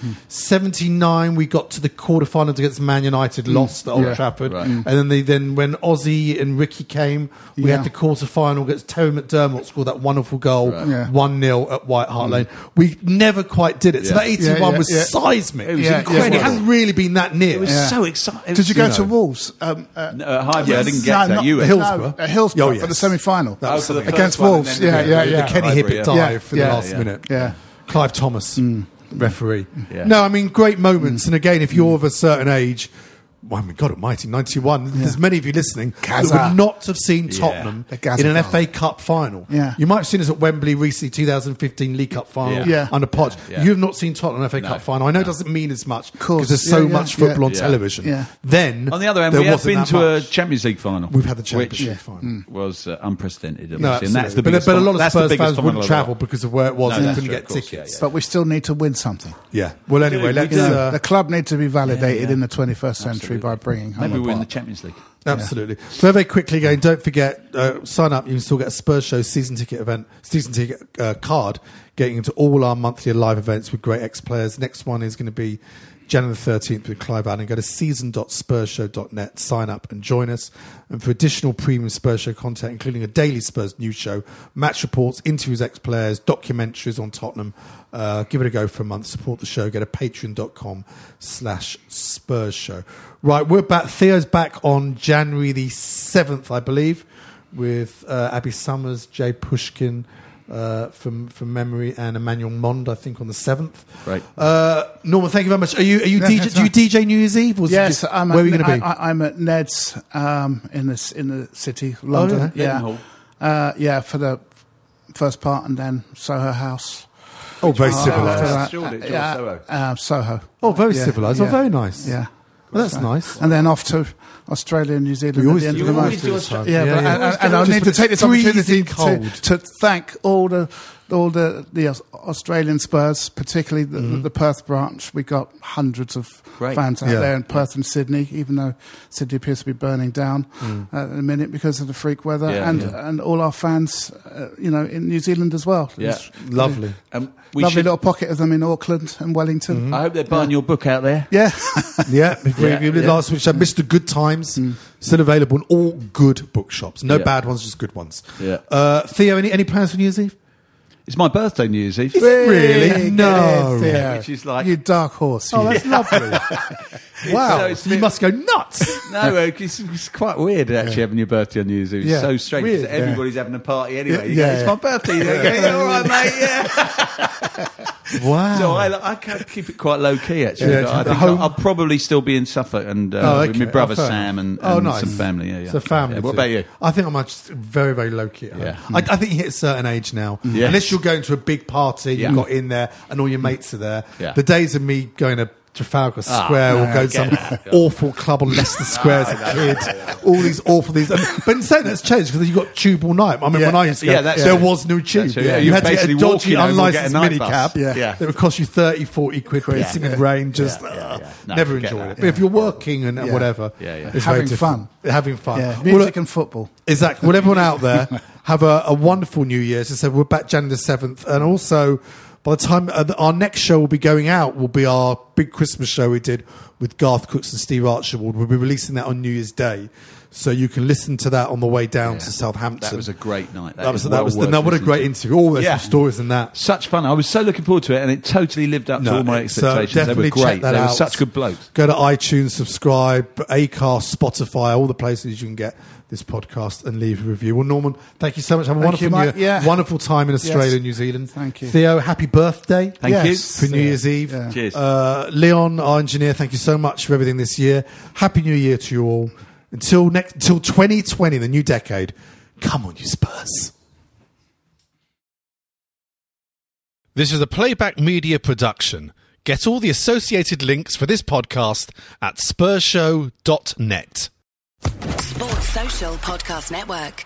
Speaker 3: 79. We got to the quarterfinals against Man United, lost at Old
Speaker 5: Mm. Yeah. Mm.
Speaker 3: Trafford.
Speaker 4: Right.
Speaker 3: And then they then when Ozzy and Ricky came, we
Speaker 5: Yeah.
Speaker 3: had the quarterfinal against Terry McDermott, scored that wonderful goal,
Speaker 4: Right.
Speaker 5: Yeah.
Speaker 3: 1 0 at White Hart Lane. We never quite did it. So
Speaker 4: Yeah.
Speaker 3: that 81
Speaker 5: Yeah, yeah,
Speaker 3: was
Speaker 5: yeah.
Speaker 3: seismic.
Speaker 4: It was
Speaker 5: Yeah,
Speaker 4: incredible.
Speaker 3: It hadn't really been that near.
Speaker 4: It was
Speaker 5: Yeah.
Speaker 4: so exciting.
Speaker 5: Did you go to
Speaker 4: know.
Speaker 5: Wolves? Um, uh,
Speaker 4: No, at Highbury, I didn't get
Speaker 5: no,
Speaker 4: to that.
Speaker 5: not-
Speaker 4: You were.
Speaker 5: No, at Hillsborough
Speaker 3: Oh, yes.
Speaker 5: for the semi-final
Speaker 3: That was
Speaker 4: for the
Speaker 3: something.
Speaker 5: against
Speaker 4: first one and
Speaker 5: Wolves.
Speaker 4: then
Speaker 5: Yeah,
Speaker 4: the-
Speaker 5: yeah,
Speaker 4: the
Speaker 5: yeah.
Speaker 3: the Kenny
Speaker 4: Highbury,
Speaker 3: Hibbett
Speaker 4: yeah.
Speaker 3: dive
Speaker 5: Yeah,
Speaker 3: for the
Speaker 5: yeah,
Speaker 3: last
Speaker 4: yeah.
Speaker 3: minute.
Speaker 5: Yeah.
Speaker 3: Clive Thomas, referee.
Speaker 4: Yeah.
Speaker 3: No, I mean, great moments. And again, if you're of a certain age, well, I mean, God almighty, 91, there's many of you listening that
Speaker 5: Gaza.
Speaker 3: would not have seen Tottenham
Speaker 5: The Gaza
Speaker 3: in an
Speaker 5: goal.
Speaker 3: FA Cup final.
Speaker 5: Yeah.
Speaker 3: You might have seen us at Wembley recently, 2015 League Cup final
Speaker 4: Yeah.
Speaker 5: Yeah.
Speaker 3: under Podge.
Speaker 4: Yeah.
Speaker 3: You have not seen Tottenham FA Cup final. I know it doesn't mean as much because
Speaker 5: course.
Speaker 3: there's so
Speaker 5: Yeah, yeah,
Speaker 3: much
Speaker 5: yeah.
Speaker 3: football on
Speaker 4: Yeah.
Speaker 3: television.
Speaker 5: Yeah.
Speaker 3: Then,
Speaker 4: On the other hand,
Speaker 3: there
Speaker 4: we have
Speaker 3: wasn't
Speaker 4: been
Speaker 3: that
Speaker 4: to a
Speaker 3: much.
Speaker 4: Champions League final.
Speaker 3: We've had the
Speaker 4: which
Speaker 3: Championship final.
Speaker 4: Was uh, unprecedented, obviously.
Speaker 3: No,
Speaker 4: and that's the
Speaker 3: absolutely.
Speaker 4: biggest
Speaker 3: but, but a
Speaker 4: one-
Speaker 3: lot of
Speaker 4: that's the
Speaker 3: Spurs
Speaker 4: biggest
Speaker 3: fans
Speaker 4: one
Speaker 3: wouldn't
Speaker 4: I've ever-
Speaker 3: travel because of where it was.
Speaker 4: No,
Speaker 3: and they
Speaker 4: that's
Speaker 3: couldn't
Speaker 4: true,
Speaker 3: get
Speaker 4: of course,
Speaker 3: tickets.
Speaker 4: yeah,
Speaker 5: but we still need to win something.
Speaker 3: Yeah. Well, anyway,
Speaker 4: do,
Speaker 3: let's.
Speaker 4: we do.
Speaker 3: Uh,
Speaker 5: the club need to be validated in the 21st century by bringing home
Speaker 4: Maybe
Speaker 5: a
Speaker 4: we're in the
Speaker 5: pot.
Speaker 4: Champions League.
Speaker 3: absolutely. So very quickly again, don't forget uh, sign up. You can still get a Spurs show season ticket event, season ticket uh, card, getting into all our monthly live events with great ex players. Next one is going to be. January the 13th with Clive Allen. Go to season.spurshow.net, sign up and join us. And for additional premium Spurs Show content, including a daily Spurs news show, match reports, interviews, ex players, documentaries on Tottenham, uh, give it a go for a month. Support the show. Go to patreon.com slash Spurs show. Right, we're back. Theo's back on January the 7th, I believe, with uh, Abby Summers, Jay Pushkin uh, from, from memory, and Emmanuel Mond, I think, on the 7th.
Speaker 4: Right.
Speaker 3: Uh, Norman, thank you very much. Are you, are you
Speaker 5: Yeah,
Speaker 3: DJ,
Speaker 5: that's
Speaker 3: do you
Speaker 5: right.
Speaker 3: DJ New Year's Eve? Or is it
Speaker 5: Yes,
Speaker 3: just-
Speaker 5: I'm
Speaker 3: where
Speaker 5: at,
Speaker 3: are you going to be?
Speaker 5: I, I, am at Ned's um, in this in the city,
Speaker 4: Oh,
Speaker 5: London.
Speaker 3: yeah.
Speaker 4: Leadenhall.
Speaker 5: yeah, uh, yeah, for the first part, and then Soho House.
Speaker 3: oh, very
Speaker 5: Uh,
Speaker 3: civilised.
Speaker 5: after that,
Speaker 4: Shoreditch or
Speaker 5: yeah,
Speaker 4: Soho?
Speaker 5: uh, Soho.
Speaker 3: Oh, very
Speaker 5: Yeah,
Speaker 3: civilised. Oh,
Speaker 5: yeah.
Speaker 3: very nice.
Speaker 5: Yeah,
Speaker 3: Well, that's nice.
Speaker 5: and then off to Australia and New Zealand
Speaker 3: We
Speaker 5: at
Speaker 3: always
Speaker 5: the end
Speaker 3: do
Speaker 5: of the
Speaker 3: always
Speaker 5: month.
Speaker 3: do Australia.
Speaker 5: Yeah,
Speaker 3: Yeah,
Speaker 5: but,
Speaker 3: yeah.
Speaker 5: And,
Speaker 3: Always
Speaker 5: and
Speaker 3: do
Speaker 5: I
Speaker 3: it
Speaker 5: need to
Speaker 3: just
Speaker 5: take
Speaker 3: because
Speaker 5: this
Speaker 3: it's freezing
Speaker 5: opportunity
Speaker 3: cold.
Speaker 5: to, to thank all the all the, the Aus- Australian Spurs, particularly the, the Perth branch. We got hundreds of
Speaker 4: Mm-hmm. Great.
Speaker 5: fans out
Speaker 3: Yeah.
Speaker 5: there in Perth and Sydney, even though Sydney appears to be burning down uh, in a minute because of the freak weather,
Speaker 4: Mm. Yeah,
Speaker 5: and
Speaker 4: yeah.
Speaker 5: and all our fans, uh, you know, in New Zealand as well.
Speaker 4: Yeah.
Speaker 5: It's
Speaker 3: Lovely.
Speaker 4: Um, we
Speaker 5: Lovely
Speaker 4: should, Mm-hmm.
Speaker 5: little pocket of them in Auckland and Wellington.
Speaker 4: I hope they're buying your book out there.
Speaker 5: Yeah,
Speaker 3: Yeah, Mm. if we
Speaker 4: Yeah,
Speaker 3: we did
Speaker 4: yeah.
Speaker 3: last week, so Mr. Good Times, still available in all good bookshops. No
Speaker 4: Yeah.
Speaker 3: bad ones, just good ones.
Speaker 4: Yeah.
Speaker 3: Uh, Theo, any, any plans for New Year's Eve?
Speaker 4: It's my birthday, New Year's Eve.
Speaker 3: Really? No.
Speaker 5: Theo.
Speaker 4: Which is like-
Speaker 5: Uh,
Speaker 4: Oh,
Speaker 5: you dark horse. you.
Speaker 3: lovely.
Speaker 4: So
Speaker 3: wow,
Speaker 4: it's a
Speaker 3: you
Speaker 4: bit-
Speaker 3: must go nuts.
Speaker 4: No, uh, it's, it's quite weird actually having your birthday on New Year's Eve. It's
Speaker 5: Yeah.
Speaker 4: so strange. 'cause
Speaker 5: Weird, yeah.
Speaker 4: everybody's having a party anyway. You
Speaker 5: Yeah,
Speaker 4: go, it's
Speaker 5: yeah.
Speaker 4: my birthday. You know, you go, all right, mate. Yeah.
Speaker 3: wow.
Speaker 4: So I, I can keep it quite low key actually.
Speaker 3: Yeah,
Speaker 4: but I
Speaker 3: the
Speaker 4: think
Speaker 3: home-
Speaker 4: I'll, I'll probably still be in Suffolk and uh,
Speaker 3: Oh,
Speaker 4: with
Speaker 3: okay.
Speaker 4: my brother
Speaker 3: Oh, fair
Speaker 4: Sam and, and
Speaker 3: enough. oh, nice.
Speaker 4: some family. Yeah, yeah.
Speaker 3: So family.
Speaker 4: Yeah, What
Speaker 3: too.
Speaker 4: about you?
Speaker 3: I think I'm just very, very low key. at home.
Speaker 4: Yeah. Mm-hmm.
Speaker 3: I, I think you hit a certain age now.
Speaker 4: Yes.
Speaker 3: Unless you're going to a big party,
Speaker 4: Yeah. Mm-hmm.
Speaker 3: you've got in there, and all your mates are there.
Speaker 4: Yeah.
Speaker 3: The days of me going to Trafalgar
Speaker 4: Ah,
Speaker 3: Square
Speaker 4: no,
Speaker 3: or going
Speaker 4: I
Speaker 3: to
Speaker 4: get
Speaker 3: some
Speaker 4: that. Ah, Yeah.
Speaker 3: awful club on Leicester Square as a kid. All these awful these. But in saying that's changed because you've got tube all night. I mean,
Speaker 5: Yeah.
Speaker 3: when I used to go,
Speaker 4: Yeah, that's
Speaker 3: there
Speaker 4: true.
Speaker 3: was no tube.
Speaker 4: That's true. Yeah,
Speaker 3: You
Speaker 4: you're
Speaker 3: had to get a
Speaker 4: basically
Speaker 3: dodgy,
Speaker 4: walking over and get
Speaker 3: unlicensed
Speaker 4: a night bus.
Speaker 3: minicab.
Speaker 4: Yeah.
Speaker 3: That would cost you 30, 40 quid for
Speaker 4: Yeah.
Speaker 3: sitting in rain. Just
Speaker 4: Yeah, yeah,
Speaker 3: uh,
Speaker 4: yeah. No,
Speaker 3: never
Speaker 4: forget
Speaker 3: enjoyed
Speaker 4: that.
Speaker 3: it. But if you're working and
Speaker 5: Yeah.
Speaker 3: whatever,
Speaker 4: Yeah, yeah.
Speaker 3: it's very
Speaker 5: Having
Speaker 3: different. Having fun.
Speaker 5: Yeah,
Speaker 3: Well,
Speaker 5: music and football.
Speaker 3: Exactly. Well, everyone out there, have a, a wonderful New Year's. As I said, we're back January the 7th. And also, by the time uh, our next show will be going out, will be our big Christmas show we did with Garth Cooks and Steve Archibald. We'll be releasing that on New Year's Day. So you can listen to that on the way down to Southampton.
Speaker 4: That was a great night. That,
Speaker 3: That, was,
Speaker 4: is
Speaker 3: that
Speaker 4: well
Speaker 3: was
Speaker 4: worth
Speaker 3: no, what a
Speaker 4: listening
Speaker 3: great
Speaker 4: to.
Speaker 3: interview. All those
Speaker 4: Yeah.
Speaker 3: stories and that.
Speaker 4: Such fun. I was so looking forward to it, and it totally lived up to all my
Speaker 3: it's, uh,
Speaker 4: expectations. they were
Speaker 3: definitely
Speaker 4: great.
Speaker 3: check that
Speaker 4: they were
Speaker 3: out.
Speaker 4: such good blokes.
Speaker 3: Go to iTunes, subscribe, Acast, Spotify, all the places you can get this podcast and leave a review. Well, Norman, thank you so much. Have a
Speaker 5: Thank you,
Speaker 3: wonderful
Speaker 5: Mike.
Speaker 3: new-
Speaker 5: Yeah.
Speaker 3: wonderful time in Australia
Speaker 5: Yes.
Speaker 3: and New Zealand.
Speaker 5: Thank you.
Speaker 3: Theo, happy birthday.
Speaker 4: Thank
Speaker 5: Yes.
Speaker 3: For New Year's Eve.
Speaker 5: Yeah.
Speaker 4: Cheers.
Speaker 3: Uh, Leon, our engineer, thank you so much for everything this year. Happy New Year to you all. Until next, until 2020, the new decade. Come on, you Spurs.
Speaker 7: This is a playback media production. Get all the associated links for this podcast at spurshow.net.
Speaker 8: Sports Social Podcast Network.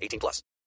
Speaker 1: 18 plus.